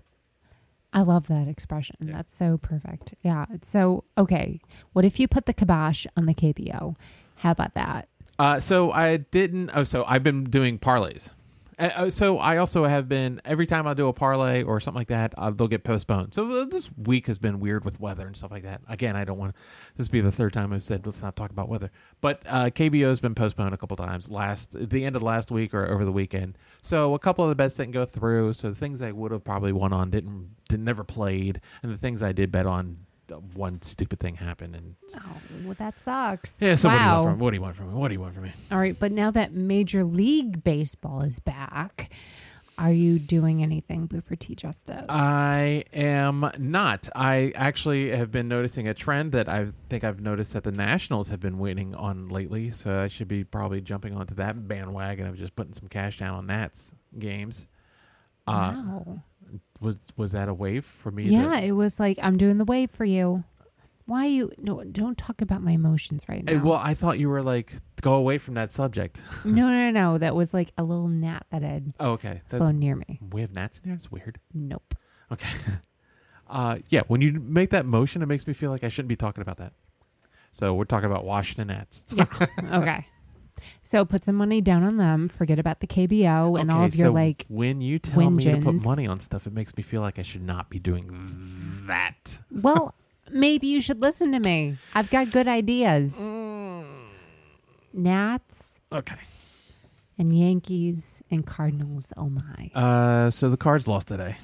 I love that expression. Yeah. That's so perfect. Yeah. So, okay. What if you put the kibosh on the KPO? How about that? Uh, so I didn't. Oh, so I've been doing parlays. And, uh, so I also have been every time I do a parlay or something like that, uh, they'll get postponed. So uh, this week has been weird with weather and stuff like that. Again, I don't want this be the third time I've said let's not talk about weather. But uh, KBO has been postponed a couple times last the end of last week or over the weekend. So a couple of the bets didn't go through. So the things I would have probably won on didn't, didn't never played, and the things I did bet on, uh, one stupid thing happened and Oh, well, that sucks. yeah. So wow. what do you want from me? What do you want from me? What do you want from me? All right. But now that Major League Baseball is back, are you doing anything, Boofer T Justice? Uh, I am not. I actually have been noticing a trend that I think I've noticed that the Nationals have been waiting on lately. So I should be probably jumping onto that bandwagon of just putting some cash down on Nats games. Uh, wow. Was was that a wave for me? Yeah. that- It was like, I'm doing the wave for you. Why you? No, don't talk about my emotions right Eh, now. Well, I thought you were like go away from that subject. no, no, no. That was like a little gnat that had Oh, okay, that's flown near me. we have Nats in here. It's weird. Nope. Okay. Uh, yeah, when you make that motion, it makes me feel like I shouldn't be talking about that. So we're talking about Washington Nats. okay. So put some money down on them. Forget about the KBO and all Okay, of your so like. when you tell me to put whinges. money on stuff, it makes me feel like I should not be doing that. Well, maybe you should listen to me. I've got good ideas. Nats Okay. and Yankees and Cardinals. Oh my! Uh, so the Cards lost today.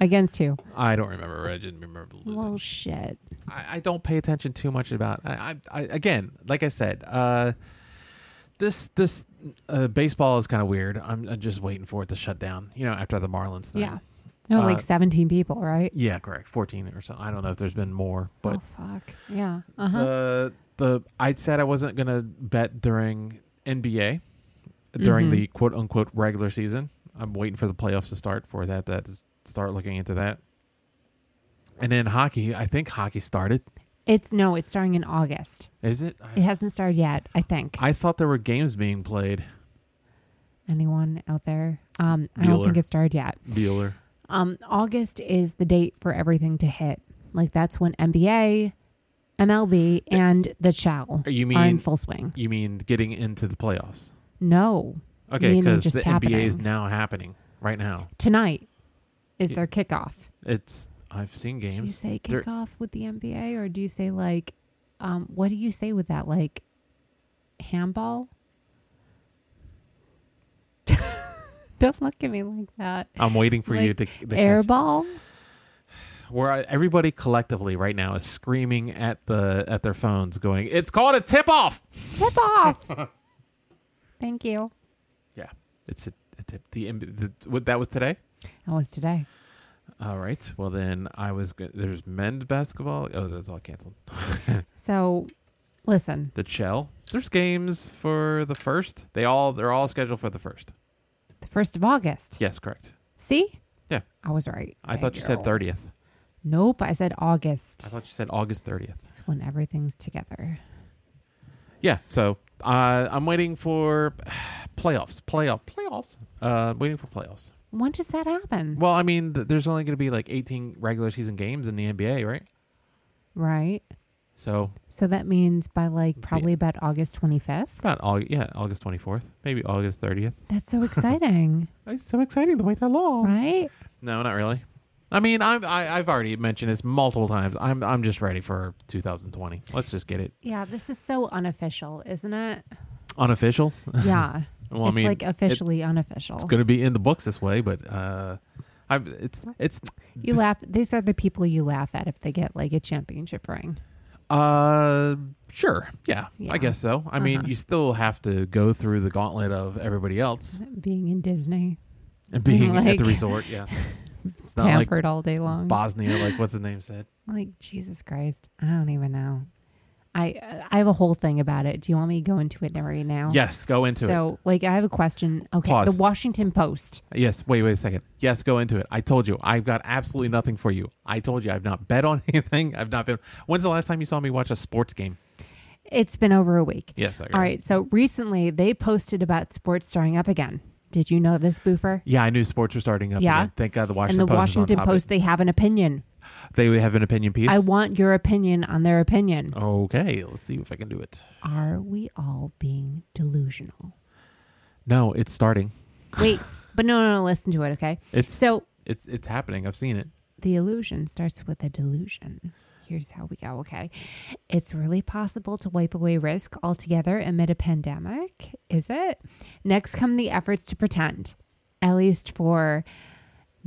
Against who? I don't remember. I didn't remember losing. Well, shit. I, I don't pay attention too much about. I, I, I again, like I said, uh, this this uh, baseball is kind of weird. I'm, I'm just waiting for it to shut down. You know, after the Marlins thing. Yeah. No, Uh, like seventeen people, right? Yeah, correct. Fourteen or so. I don't know if there's been more, but oh fuck! Yeah. Uh huh. the the I said I wasn't gonna bet during NBA during Mhm. the quote unquote regular season. I'm waiting for the playoffs to start for that. That to start looking into that. And then hockey, I think hockey started. It's no. It's starting in August. Is it? It I, hasn't started yet. I think. I thought there were games being played. Anyone out there? Um, I don't Bueller. think it started yet. Bueller. Um, August is the date for everything to hit. Like that's when NBA, MLB, and the Chow You are in mean full swing. you mean getting into the playoffs? No, Okay, Meaning because just the NBA is happening. now happening right now. tonight is Y- their kickoff. It's I've seen Do you games. say They're- kickoff with the NBA, or do you say like, um, what do you say with that? Like, handball. Don't look at me like that. I'm waiting for you Like, to, to catch- Airball. where I- everybody collectively right now is screaming at the at their phones going it's called a tip off Tip off. Thank you. it's a, a tip the, the what that was today That was today. all right well then i was go- there's men's basketball oh that's all canceled So, listen. the shell there's games for the first they all they're all scheduled for the first The first of August. yes correct See? Yeah. I was right. i thought you said Daniel. 30th Nope, I said August. i thought you said august 30th It's when everything's together. yeah so uh, i'm waiting for playoffs playoff playoffs uh waiting for playoffs When does that happen? Well, I mean, th- there's only going to be like 18 regular season games in the NBA, right? Right. So So that means by like probably about August 25th. about all, yeah, August 24th, maybe August 30th. That's so exciting, It's so exciting to wait that long. right? No, not really. I mean, I'm, I, I've already mentioned this multiple times. I'm, I'm just ready for 2020. Let's just get it Yeah, this is so unofficial, isn't it? unofficial. Yeah. Well, I it's mean, like officially unofficial. it's going to be in the books this way, but uh, I'm, it's, it's, You this- laugh. These are the people you laugh at if they get like a championship ring. Uh, sure. Yeah, I Yeah. guess so. I mean, Uh-huh. you still have to go through the gauntlet of everybody else Being in Disney, and being at Like- the resort. Yeah. It's not like pampered all day long. Bosnia, like what's his name said. Like Jesus Christ, I don't even know. I I have a whole thing about it. Do you want me to go into it right now? Yes, go into So, like, I have a question. Okay, Pause. the Washington Post. it. Yes, wait, wait a second. Yes, go into it. I told you, I've got absolutely nothing for you. I told you, I've not bet on anything. I've not been. When's the last time you saw me watch a sports game? It's been over a week. Yes. I got All it. right. So recently they posted about sports starting up again. Did you know this, Boofer? Yeah, I knew sports were starting up. Yeah. Again. Thank God the and Washington the Post. is Washington on top of Post, they have an opinion. it. They have an opinion piece. I want your opinion on their Oh. opinion. okay, let's see if I can do it. Are we all being delusional? No, it's starting. Wait, but no, no, no, listen to it, okay? It's So it's it's happening. I've seen it. the illusion starts with a delusion. Here's how we go, okay? It's really possible to wipe away risk altogether amid a pandemic, is it? Next come the efforts to pretend, at least for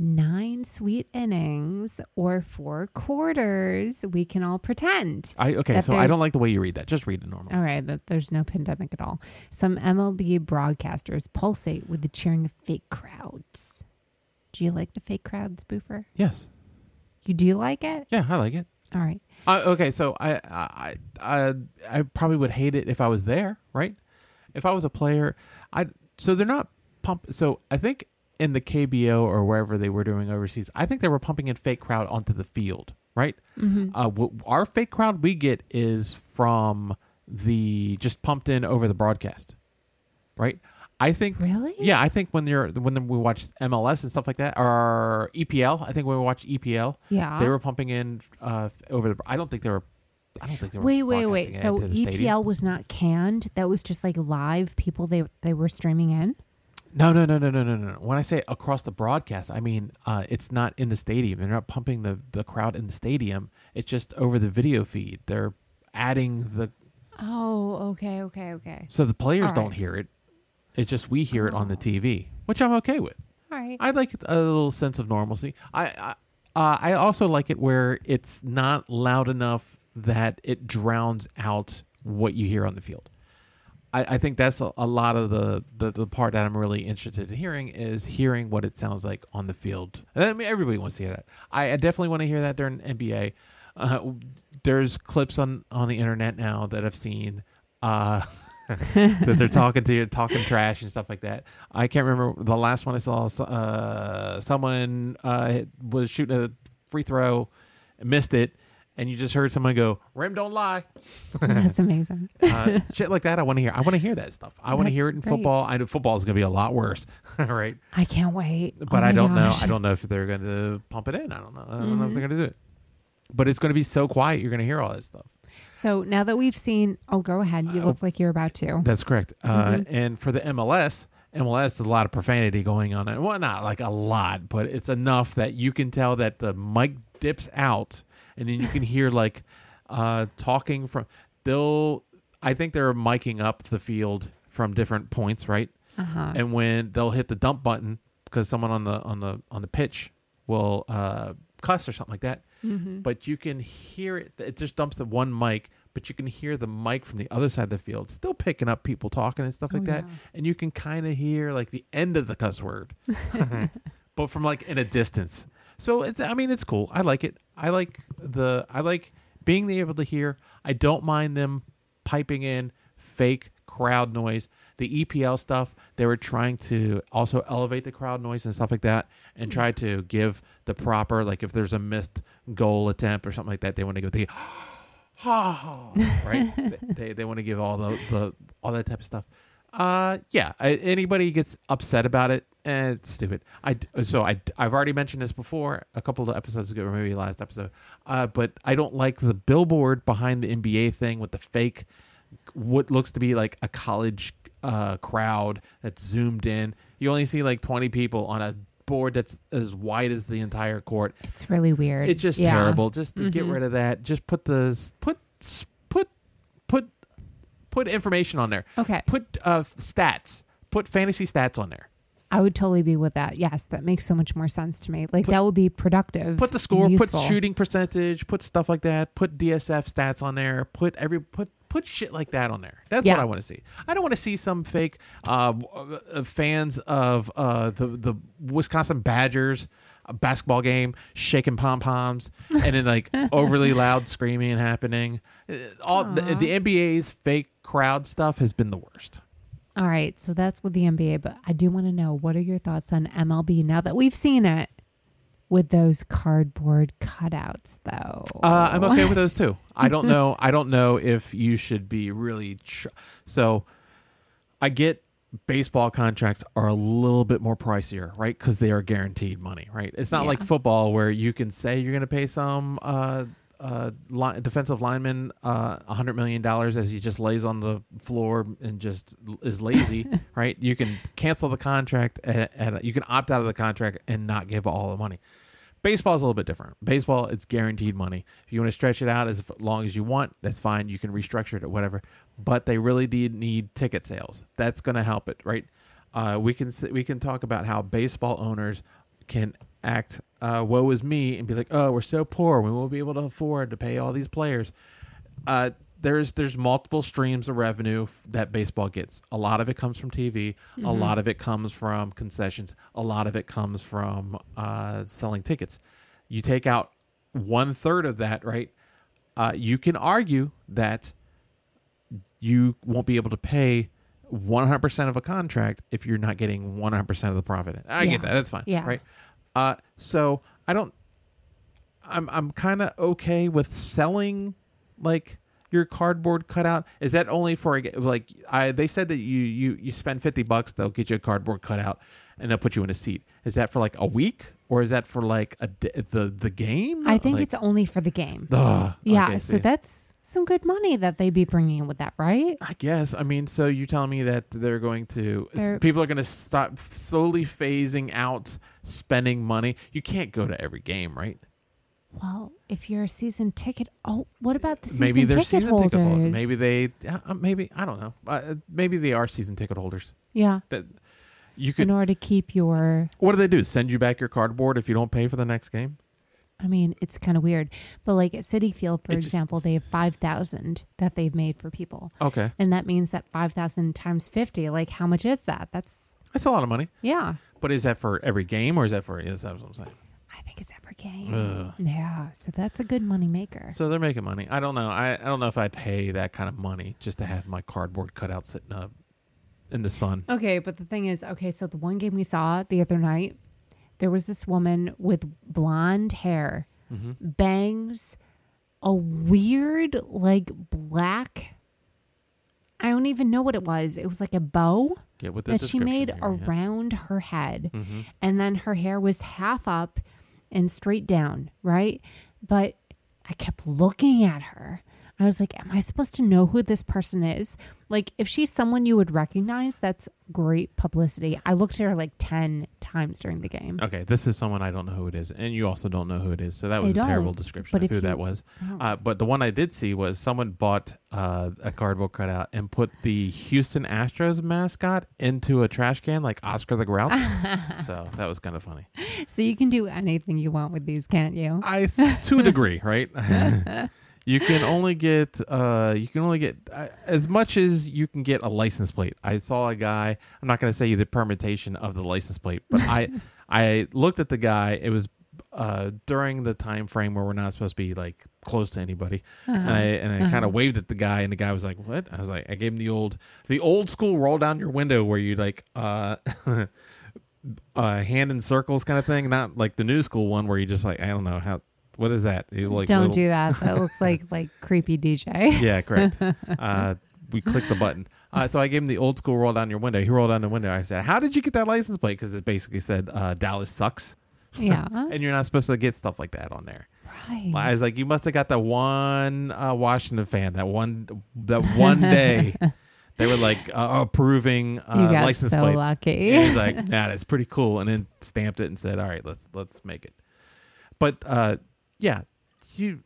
nine sweet innings or four quarters, we can all pretend. I okay. That so I don't there's- like the way you read that. Just read it normal. All right, that there's no pandemic at all. Some MLB broadcasters pulsate with the cheering of fake crowds. Do you like the fake crowds, Boofer? yes. You do like it? Yeah, I like it. All right. I, okay, so I, I I I probably would hate it if I was there, right? If I was a player, I so they're not pump. So I think in the KBO or wherever they were doing overseas, I think they were pumping in fake crowd onto the field, right? Mm-hmm. Uh, what our fake crowd we get is from the just pumped in over the broadcast, right? I think Really? yeah, I think when you're when we watch MLS and stuff like that, or EPL, I think when we watch E EPL, Yeah. they were pumping in uh, over the. I don't think they were. I don't think they were. wait, wait, wait. broadcasting it So E into the EPL stadium. was not canned. That was just like live people they they were streaming in. No, no, no, no, no, no, no. When I say across the broadcast, I mean uh, it's not in the stadium. They're not pumping the the crowd in the stadium. It's just over the video feed. They're adding the Oh, okay, okay, okay. so the players All don't right. Oh. hear it. It's just we hear it on the TV, which I'm okay with. All right. I like a little sense of normalcy. I I, uh, I also like it where it's not loud enough that it drowns out what you hear on the field. I, I think that's a, a lot of the, the the part that I'm really interested in hearing is hearing what it sounds like on the field. And I mean, everybody wants to hear that. I, I definitely want to hear that during NBA. Uh, there's clips on on the internet now that I've seen. Uh, that they're talking to you, talking trash and stuff like that. I can't remember the last one I saw. Uh, someone uh, was shooting a free throw, missed it, and you just heard someone go, "Rim, don't lie." That's amazing. Uh, shit like that. I want to hear. I want to hear that stuff. I want to That's hear it in great. football. I know football is going to be a lot worse, right? I can't wait. Oh But I my don't gosh. Mm-hmm. know. I don't know if they're going to pump it in. I don't know. I don't know if they're going to do it. But it's going to be so quiet. You're going to hear all that stuff. So now that we've seen, oh, go ahead. You look like you're about to. That's correct. Uh, and for the MLS, MLS is a lot of profanity going on. Well, not like a lot, but it's enough that you can tell that the mic dips out, and then you can hear like uh, talking from. They'll, I think they're miking up the field from different points, right? Uh huh. and when they'll hit the dump button because someone on the on the on the pitch will uh, cuss or something like that. Mm-hmm. But you can hear it. It just dumps the one mic, but you can hear the mic from the other side of the field, still picking up people talking and stuff like Oh, that. yeah. And you can kind of hear like the end of the cuss word, but from like in a distance. So it's. I mean, it's cool. I like it. I like the. I like being able to hear. I don't mind them piping in fake crowd noise. The EPL stuff, they were trying to also elevate the crowd noise and stuff like that and try to give the proper, like if there's a missed goal attempt or something like that, they want to go the, oh, right? They- they, they want to give all the, the, all that type of stuff. Uh, yeah, I, anybody gets upset about it, eh, it's stupid. I, d- uh, so I, d- I've already mentioned this before a couple of episodes ago, or maybe last episode, uh, but I don't like the billboard behind the NBA thing with the fake what looks to be like a college uh, crowd that's zoomed in. You only see like 20 people on a board that's as wide as the entire court. It's really weird. It's just Yeah. terrible. Just to get rid of that, just put the put put put put information on there. Okay. Put uh, stats. Put fantasy stats on there. I would totally be with that. Yes, that makes so much more sense to me. Like that would be productive. Put the and score. Put useful. shooting percentage. Put stuff like that. Put DSF stats on there. Put every put put shit like that on there. That's what Yeah. I want to see. I don't want to see some fake uh, uh, fans of uh, the the Wisconsin Badgers uh, basketball game shaking pom poms and then like overly loud screaming happening. Uh, All the, the NBA's fake crowd stuff has been the worst. All right, so that's with the NBA, but I do want to know what are your thoughts on MLB now that we've seen it? with those cardboard cutouts, though. Uh, I'm okay with those too. I don't know. I don't know if you should be really. Tr- so, I get baseball contracts are a little bit more pricier, right? Because they are guaranteed money, right? It's not like Yeah. football where you can say you're going to pay some uh, uh, li- defensive lineman uh, hundred million dollars as he just lays on the floor and just l- is lazy, right? You can cancel the contract and, and you can opt out of the contract and not give all the money. Baseball's a little bit different. Baseball, it's guaranteed money. If you want to stretch it out as long as you want, that's fine. You can restructure it or whatever. But they really did need ticket sales. That's going to help it, right? Uh, we can we can talk about how baseball owners can act uh, woe is me and be like, oh, we're so poor, we won't be able to afford to pay all these players. Uh, there's there's multiple streams of revenue f- that baseball gets. A lot of it comes from TV. A lot of it comes from concessions. A lot of it comes from uh, selling tickets. You take out one third of that, right? Uh, you can argue that you won't be able to pay 100% of a contract if you're not getting 100% of the profit. I Yeah. get that. That's fine. Yeah. Right. Uh, so I don't. I'm I'm kind of okay with selling like your cardboard cutout. Is that only for a g- like I? They said that you you you spend fifty bucks, they'll get you a cardboard cutout and they'll put you in a seat. Is that for like a week or is that for like a d- the the game? I think Like, it's only for the game. ugh, yeah, okay, so see. that's some good money that they'd be bringing in with that, right? I guess. I mean, so you're telling me that they're going to They're- people are going to stop slowly phasing out spending money. You can't go to every game, right? Well, if you're a season ticket, oh, what about the season maybe they're ticket season holders? ticket holders. Maybe they. uh, uh, Maybe I don't know. Uh, maybe they are season ticket holders. yeah. That you In could. order to keep your, What do they do? Send you back your cardboard if you don't pay for the next game? I mean, it's kind of weird, but like at City Field, for It just- example, they have five thousand that they've made for people, Okay, and that means that five thousand times fifty, like how much is that? That's that's a lot of money. yeah. But is that for every game or is that for? Is that what I'm saying? I think it's every game. Ugh. Yeah, so that's a good money maker. So they're making money. I don't know. I, I don't know if I'd pay that kind of money just to have my cardboard cutout sitting up in the sun. Okay, but the thing is, okay, so the one game we saw the other night, there was this woman with blonde hair, bangs, a weird like black. I don't even know what it was. It was like a bow Get with the that she description made here, yeah. Mm-hmm. around her head, and then her hair was half up and straight down, right? But I kept looking at her. I was like, Am I supposed to know who this person is? Like, if she's someone you would recognize, that's great publicity. I looked at her like 10 times during the game. Okay, this is someone I don't know who it is, and you also don't know who it is. So that was a I terrible don't, description but of if who you- that was. I don't- Uh, but the one I did see was someone bought uh, a cardboard cutout and put the Houston Astros mascot into a trash can, like Oscar the Grouch. so that was kind of funny. So you can do anything you want with these, can't you? I th- to a degree, right? you can only get uh, you can only get uh, as much as you can get a license plate. I saw a guy. I'm not going to say you the permutation of the license plate, but I I looked at the guy. It was uh, during the time frame where we're not supposed to be like close to anybody, Uh-huh. and I and I kind of waved at the guy, and the guy was like, "What?" I was like, I gave him the old the old school roll down your window where you like. Uh, uh, hand in circles kind of thing, not like the new school one where you just like I don't know how what is that? You like don't little- do that. That looks like like creepy DJ. Yeah, correct. uh, we click the button. Uh, so I gave him the old school roll down your window. He rolled down the window. I said, "How did you get that license plate?" Because it basically said uh, Dallas sucks, yeah. and you're not supposed to get stuff like that on there. I Right. was like, "You must have got that one uh, Washington fan that one that one day." They were like uh, approving uh, you got license so plates. lucky. And he's like, nah, that's pretty cool. And then stamped it and said, all right, let's let's make it. But uh, yeah, you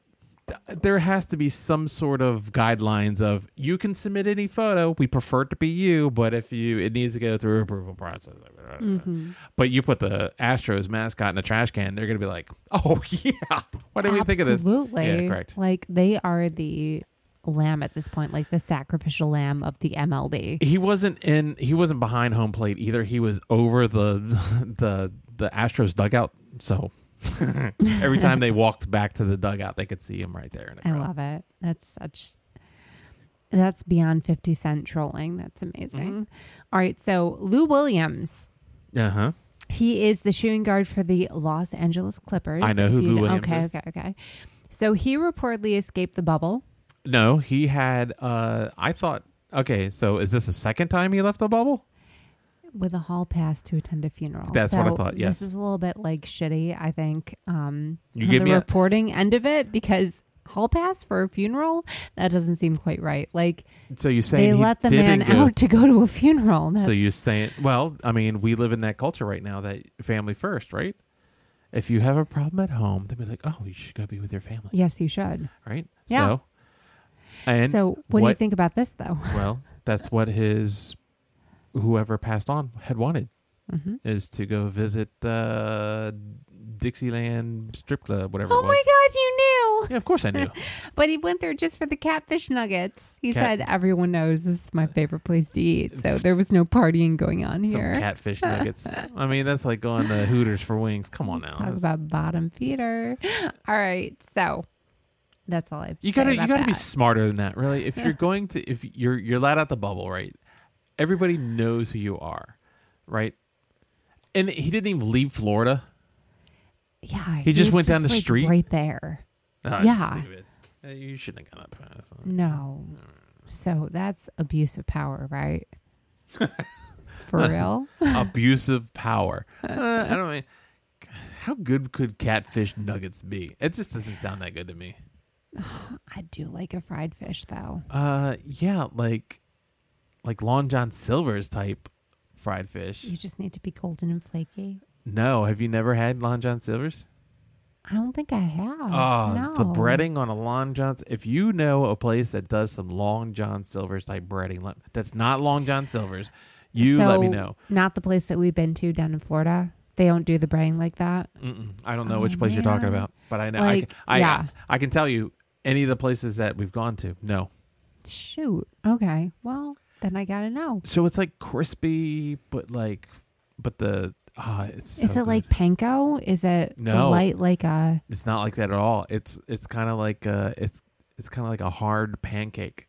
th- there has to be some sort of guidelines of you can submit any photo. We prefer it to be you, but if you it needs to go through approval process. Mm-hmm. But you put the Astros mascot in a trash can, they're gonna be like, oh yeah, what did we think of this? Absolutely. Yeah, correct. Like they are the lamb at this point, like the sacrificial lamb of the MLB. he wasn't in he wasn't behind home plate either he was over the the the astros dugout so every time they walked back to the dugout they could see him right there in the I crowd. love it. That's such that's beyond 50 Mm-hmm. cent trolling. That's amazing. All right, so Lou Williams, uh-huh He is the shooting guard for the Los Angeles Clippers. I know who If you Lou know- Williams Okay, is. okay, okay. So he reportedly escaped the bubble. No, he had. Uh, I thought. Okay, so is this the second time he left the bubble? with a hall pass to attend a funeral. That's what I So thought, yes. this is a little bit like shitty. I think um, You on give the me a- reporting end of it because hall pass for a funeral that doesn't seem quite right. Like So you saying they he let the didn't man go out to go to a funeral. That's, So you're saying, well, I mean, we live in that culture right now that family first, right? If you have a problem at home, they'd be like, oh, you should go be with your family, yes, you should. right? Yeah. So, and so what, do you think about this though? Well, that's what his whoever passed on had wanted Mhm. is to go visit uh, Dixieland strip club, whatever Oh it was. my God, you Yeah, of course I knew. knew! But he went there just for the catfish nuggets. He Cat- said, "Everyone knows this is my favorite place to eat." So there was no partying going on Some here. catfish nuggets. I mean, that's like going to Hooters for wings. Come on now. Talk That's- about bottom feeder. All right, so that's all I have. To You say gotta you about gotta be that. smarter than that, really. If you're going to if you're you're let out the bubble, right? Everybody knows who you are, right? And he didn't even leave Florida. Yeah, He just was went down the like, street? right there. Oh, it's Yeah. stupid. Uh, You shouldn't have gone up fast. No, so that's abuse of power, right? For real, Abusive power. Uh, I don't mean how good could catfish nuggets be? It just doesn't sound that good to me. I do like a fried fish though. Uh yeah, like like Long John Silver's type fried fish. You just need to be golden and flaky. No, have you never had Long John Silver's? I don't think I have. Oh, no. the breading on a Long John's. If you know a place that does some Long John Silver's type breading, let, that's not Long John Silver's, you let me So, know. Not the place that we've been to down in Florida. They don't do the breading like that. Mm-mm. I don't know Oh, which place you're talking man. about, but I know Like, I, uh, can, I, yeah. I can tell you any of the places that we've gone to. No, Shoot. Okay. Well, then I gotta know. so it's like crispy, but like, but the ah, it's Is so it good. like panko? Is it the No. light like uh, a? it's not like that at all. It's it's kind of like uh, it's it's kind of like a hard pancake.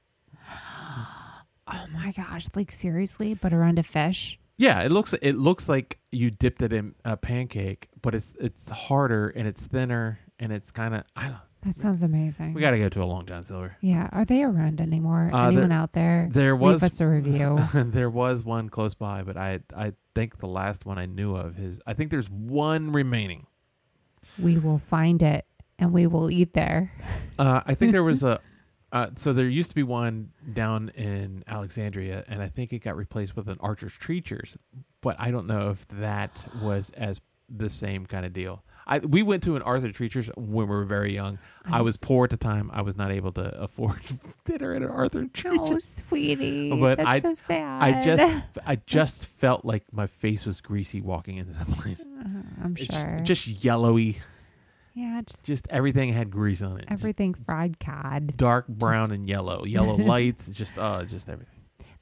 Oh my gosh! Like seriously, but around a fish. Yeah, it looks it looks like you dipped it in a pancake, but it's it's harder and it's thinner and it's kind of I don't. That sounds amazing. We got to go to a Long John Silver. yeah. Are they around anymore? Uh, Anyone there- out there? There Leave was us a review. there was one close by, but I I think the last one I knew of is I think there's one remaining. we will find it and we will eat there. Uh, I think there was a. Uh, so there used to be one down in Alexandria, and I think it got replaced with an Archer's Treachers, but I don't know if that was as the same kind of deal. I we went to an Arthur Treachers when we were very young. I was poor at the time. I was not able to afford dinner at an Arthur Oh, Treachers. sweetie, But that's I- so sad. I just I just felt like my face was greasy walking into that place. I'm It's sure. just yellowy. yeah, just Just everything had grease on it. Just everything fried cod. dark brown and yellow. Yellow lights. Just uh just everything.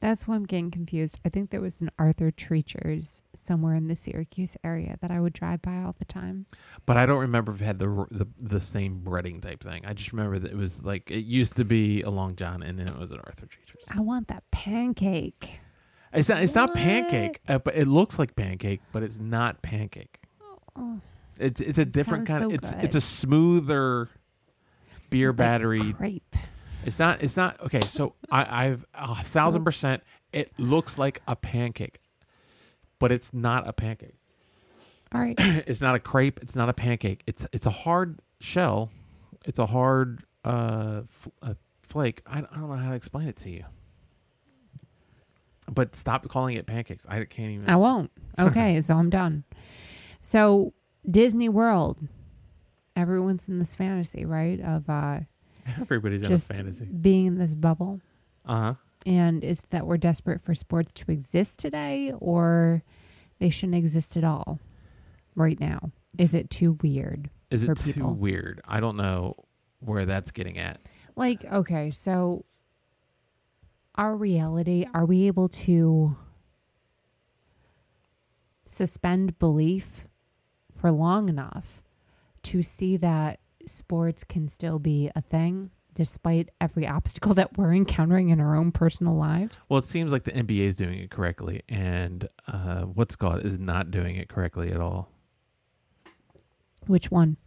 That's why I'm getting confused. I think there was an Arthur Treacher's somewhere in the Syracuse area that I would drive by all the time. But I don't remember if it had the, the the same breading type thing. I just remember that it was like it used to be a Long John, and then it was an Arthur Treacher's. I want that pancake. It's not it's not What? pancake, uh, but it looks like pancake, but it's not pancake. Oh, It's it's a different sounds kind of so it's good. it's a smoother beer It's like battery. oh, crepe. It's not it's not okay. So I I've a thousand percent. It looks like a pancake, but it's not a pancake. All right. it's not a crepe. It's not a pancake. It's it's a hard shell. It's a hard uh, f- uh flake. I, I don't know how to explain it to you. But stop calling it pancakes. I can't even. I won't. Okay, so I'm done. So Disney World. Everyone's in this fantasy, right? Of uh Everybody's just in a fantasy. being in this bubble. Uh huh. And is that we're desperate for sports to exist today or they shouldn't exist at all right now? Is it too weird? Is for it too people. weird? I don't know where that's getting at. Like, okay, so our reality, are we able to suspend belief for long enough to see that sports can still be a thing despite every obstacle that we're encountering in our own personal lives. Well, it seems like the NBA is doing it correctly, and uh, what's called is not doing it correctly at all. Which one?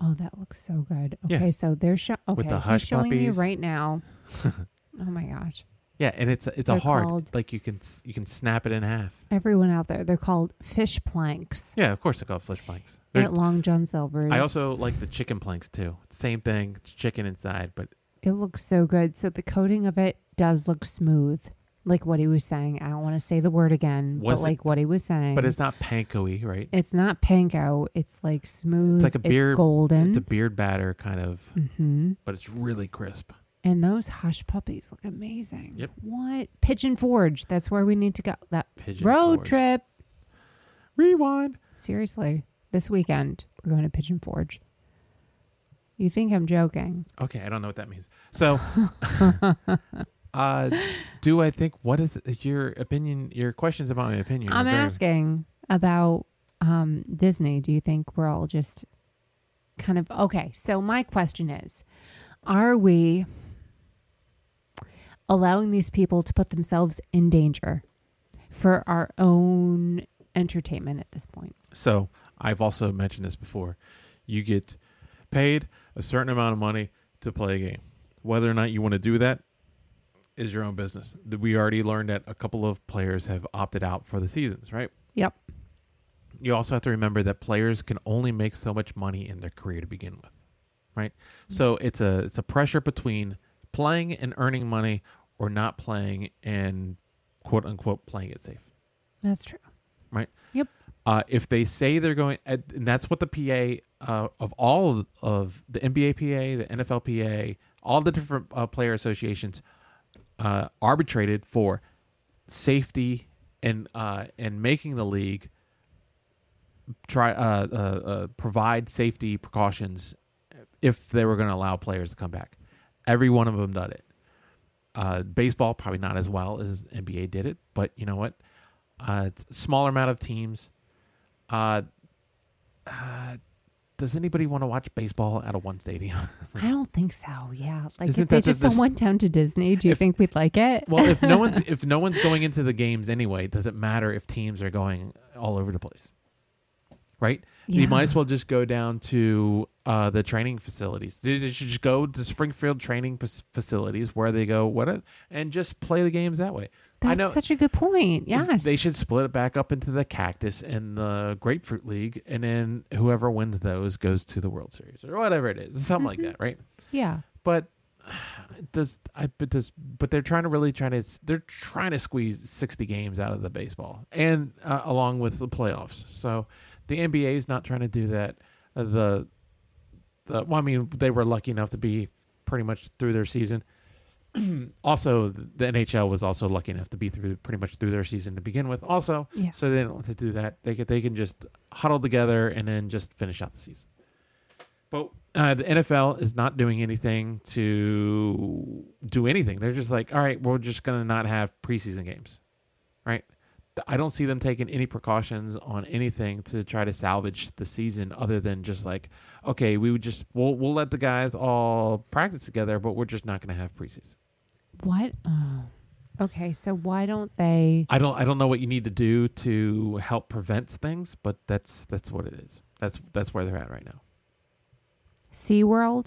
Oh, that looks so good. Yeah. Okay, so they're sho- okay. the he's hush showing puppies. me right now. oh my gosh! Yeah, and it's it's a They're hard called- like you can you can snap it in half. Everyone out there, they're called fish planks Yeah, of course they're called flesh planks. They're- at Long John Silver's. I also like the chicken planks too. Same thing, it's chicken inside, but It looks so good. So the coating of it does look smooth, like what he was saying. I don't want to say the word again, Was it- but like what he was saying. but it's not panko-y, right? it's not panko. It's like smooth. It's like a beer- golden. It's a beard batter kind of, hmm but it's really crisp. And those hush puppies look amazing. Yep. What Pigeon Forge? That's where we need to go. That Pigeon road Forge. trip. Rewind. Seriously, this weekend we're going to Pigeon Forge. You think I'm joking? Okay, I don't know what that means. So, uh, do I think what is your opinion? Your questions about my opinion? are I'm very- asking about um, Disney. Do you think we're all just kind of okay? So my question is: Are we allowing these people to put themselves in danger for our own entertainment at this point? So I've also mentioned this before. You get paid a certain amount of money to play a game. Whether or not you want to do that is your own business. Th- We already learned that a couple of players have opted out for the seasons, right? Yep. You also have to remember that players can only make so much money in their career to begin with, right? So it's a it's a pressure between playing and earning money or not playing and quote unquote playing it safe. That's true. Uh, if they say they're going, and that's what the PA uh, of all of, of the NBA PA, the NFL PA, all the different uh, player associations uh, arbitrated for safety and uh, and making the league try uh, uh, uh, provide safety precautions if they were going to allow players to come back. Every one of them did it. Uh, baseball probably not as well as NBA did it, but you know what? Uh, it's a smaller amount of teams. Uh, uh, does anybody want to watch baseball out of one stadium? I don't think so. Yeah. Like Isn't if they that just just- all went down to Disney, do you If- think we'd like it? well, if no one's if no one's going into the games anyway, does it matter if teams are going all over the place? Right? You might as well just go down to uh, the training facilities. They should just go to Springfield training fac- facilities where they go what a- and just play the games that way. That's I know such a good point. Yes. They should split it back up into the Cactus and the Grapefruit League, and then whoever wins those goes to the World Series or whatever it is, something like that, right? Yeah. But it does I but does but they're trying to really trying to they're trying to squeeze sixty games out of the baseball and uh, along with the playoffs. So the NBA is not trying to do that. Uh, the the well, I mean, they were lucky enough to be pretty much through their season. also, the NHL was also lucky enough to be through pretty much through their season to begin with. Also, Yeah. so they don't have to do that. They could, they can just huddle together and then just finish out the season. But uh, the NFL is not doing anything to do anything. They're just like, all right, we're just gonna not have preseason games, right? Th- I don't see them taking any precautions on anything to try to salvage the season, other than just like, okay, we would just we'll we'll let the guys all practice together, but we're just not gonna have preseason. What? Oh. Okay. So why don't they? I don't I don't know what you need to do to help prevent things, but that's that's what it is. That's that's where they're at right now. SeaWorld?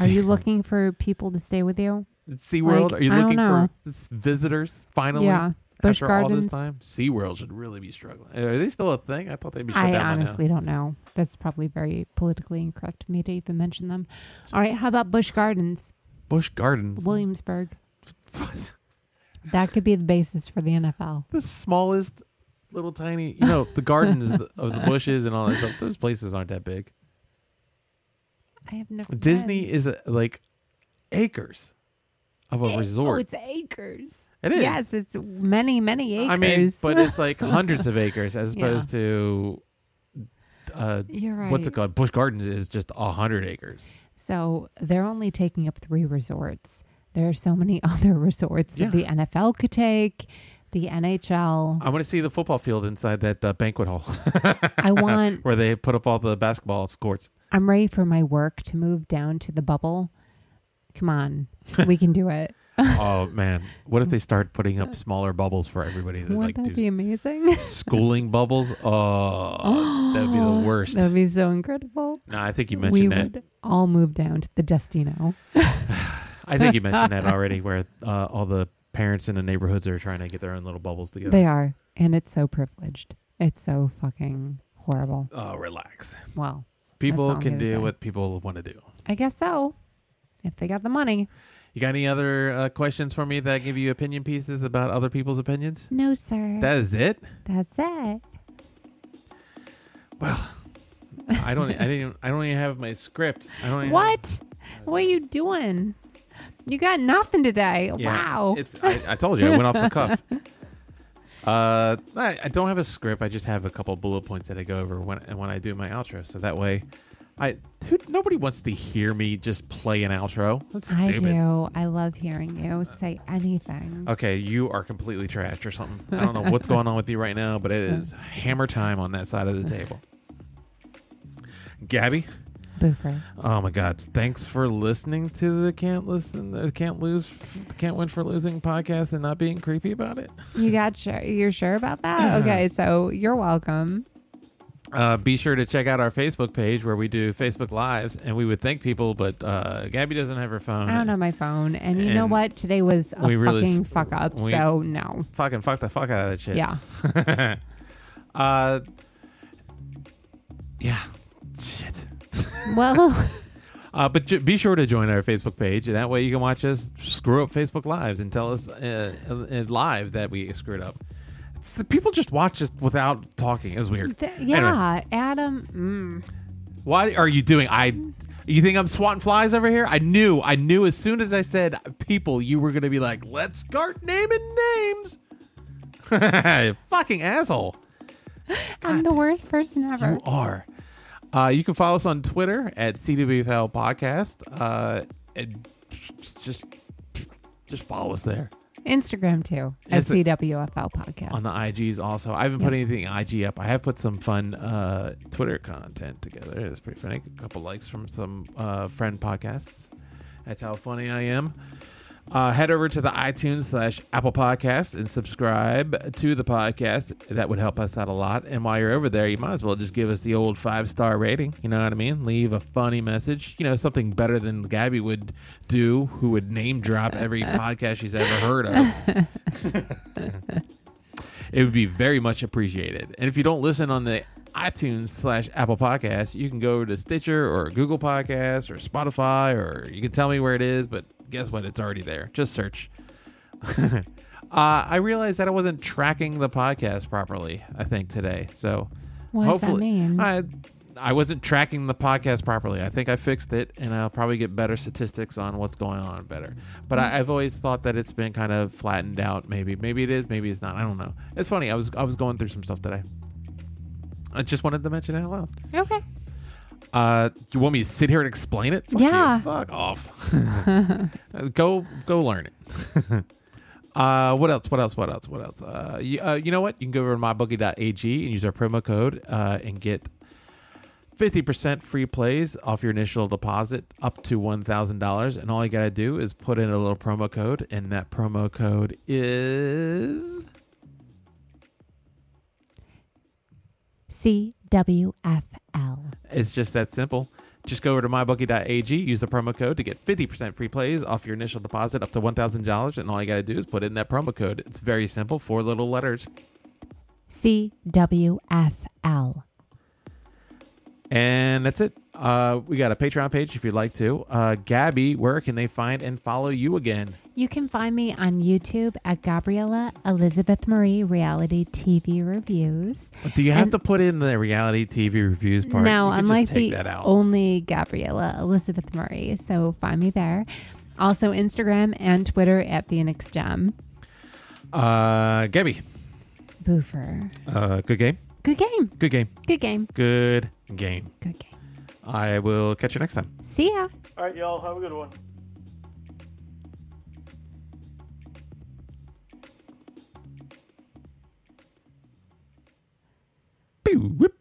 Are you looking for people to stay with you? SeaWorld? Like, Are you I don't looking for know. s- visitors finally? yeah. Bush after Gardens. all this time, SeaWorld should really be struggling. Are they still a thing? I thought they'd be shut I down honestly don't know. That's probably very politically incorrect of me to even mention them. All right. How about Bush by Gardens, now. Bush Gardens. Williamsburg? That could be the basis for the NFL. the smallest little tiny, you know, the gardens of the- of the bushes and all that stuff. Those places aren't that big. I have never. Disney is uh, like acres of a been. Oh, resort. it's acres. it is. Yes, it's many, many acres. I mean, but it's like hundreds of acres as opposed to uh, You're right. what's it called? Bush Gardens is just a hundred acres. So they're only taking up three resorts. There are so many other resorts Yeah. that the NFL could take. the NHL. I want to see the football field inside that uh, banquet hall I want. where they put up all the basketball courts. I'm ready for my work to move down to the bubble. Come on, we can do it. Oh man, what if they start putting up smaller bubbles for everybody that Wouldn't like that do be amazing? schooling bubbles? Oh, that would be the worst. That'd be so incredible. no, I think you we mentioned that. would all move down to the Destino. I think you mentioned that already, where uh, all the parents in the neighborhoods are trying to get their own little bubbles together. They are, and it's so privileged. It's so fucking horrible. oh, relax. Well, all People I'm can gonna do say. what people want to do. I guess so. If they got the money. You got any other uh, questions for me that give you opinion pieces about other people's opinions? No, sir. That is it. That's it. I don't. e, I didn't. Even, I don't even have my script. I don't. Even What? What are you doing? You got nothing today. Yeah, wow. It's. I, I told you. I went off the cuff. Uh, I, I don't have a script. I just have a couple bullet points that I go over when when I do my outro. So that way, I who, nobody wants to hear me just play an outro. That's I stupid. Uh, do. I love hearing you say anything. Okay, you are completely trashed or something. I don't know what's going on with you right now, but it is hammer time on that side of the table. Gabby, Boofer. oh my God, thanks for listening to the can't listen, the can't lose, can't win for losing podcast and not being creepy about it. You got sure you're sure about Uh-huh. that? Okay, so you're welcome. Uh, be sure to check out our Facebook page where we do Facebook lives, and we would thank people, but uh, Gabby doesn't have her phone. I don't have my phone. And you know And what? Today was a we fucking really s- fuck up. we- so no. Fucking fuck the fuck out of that shit. Yeah. uh, yeah. Shit. Well, Uh, but ju- be sure to join our Facebook page. That way you can watch us screw up Facebook Lives and tell us uh, uh, uh, live that we screwed up. It's the people just watch us without talking. It was weird. th- Anyway, yeah, Adam. Mm. why are you doing? I. You think I'm swatting flies over here? I knew. I knew as soon as I said people, you were going to be like, let's start naming names. Fucking asshole. I'm the worst person ever. You are. Uh, you can follow us on Twitter at CWFL Podcast. Uh, and just just follow us there Instagram too. At Insta- CWFL podcast. on the IGs. Also, I haven't put anything IG up. I have put some fun uh, Twitter content together. It's pretty funny. A couple likes from some uh, friend podcasts. That's how funny I am. Uh, head over to the iTunes slash Apple Podcast and subscribe to the podcast. That would help us out a lot. And while you're over there, you might as well just give us the old five star rating. You know what I mean? Leave a funny message. You know, something better than Gabby would do, who would name drop every podcast she's ever heard of. it would be very much appreciated. And if you don't listen on the iTunes slash Apple Podcast, you can go over to Stitcher or Google Podcasts or Spotify, or you can tell me where it is. But guess what? It's already there. Just search. uh, I realized that I wasn't tracking the podcast properly. I think today, so What does that mean? I I wasn't tracking the podcast properly. I think I fixed it, and I'll probably get better statistics on what's going on better. But I, I've always thought that it's been kind of flattened out. Maybe, maybe it is, maybe it's not. I don't know. It's funny. I was I was going through some stuff today. I just wanted to mention it out loud. okay. Uh, you want me to sit here and explain it? Fuck you. Yeah. Fuck off. Uh, go go learn it. uh, what else? What else? What else? What else? Uh, you, uh, you know what? You can go over to mybookie.ag and use our promo code uh, and get. 50% free plays off your initial deposit up to $1,000. And all you got to do is put in a little promo code. And that promo code is. CWFL. It's just that simple. Just go over to mybookie.ag, use the promo code to get 50% free plays off your initial deposit up to $1,000. And all you got to do is put in that promo code. It's very simple, four little letters. CWFL. And that's it. Uh, we got a Patreon page if you'd like to. Uh, Gabby, where can they find and follow you again? You can find me on YouTube at Gabriella Elizabeth Marie Reality TV Reviews. Do you have And- to put in the reality TV reviews part? Now You can I'm just like take the that out. only Gabriella Elizabeth Murray, so find me there. Also Instagram and Twitter at Phoenix Gem. Uh, Gabby, Boofer. uh, good game. Good game. Good game. Good game. Good game. Good game. I will catch you next time. See ya. All right, y'all. Have a good one. Whoop.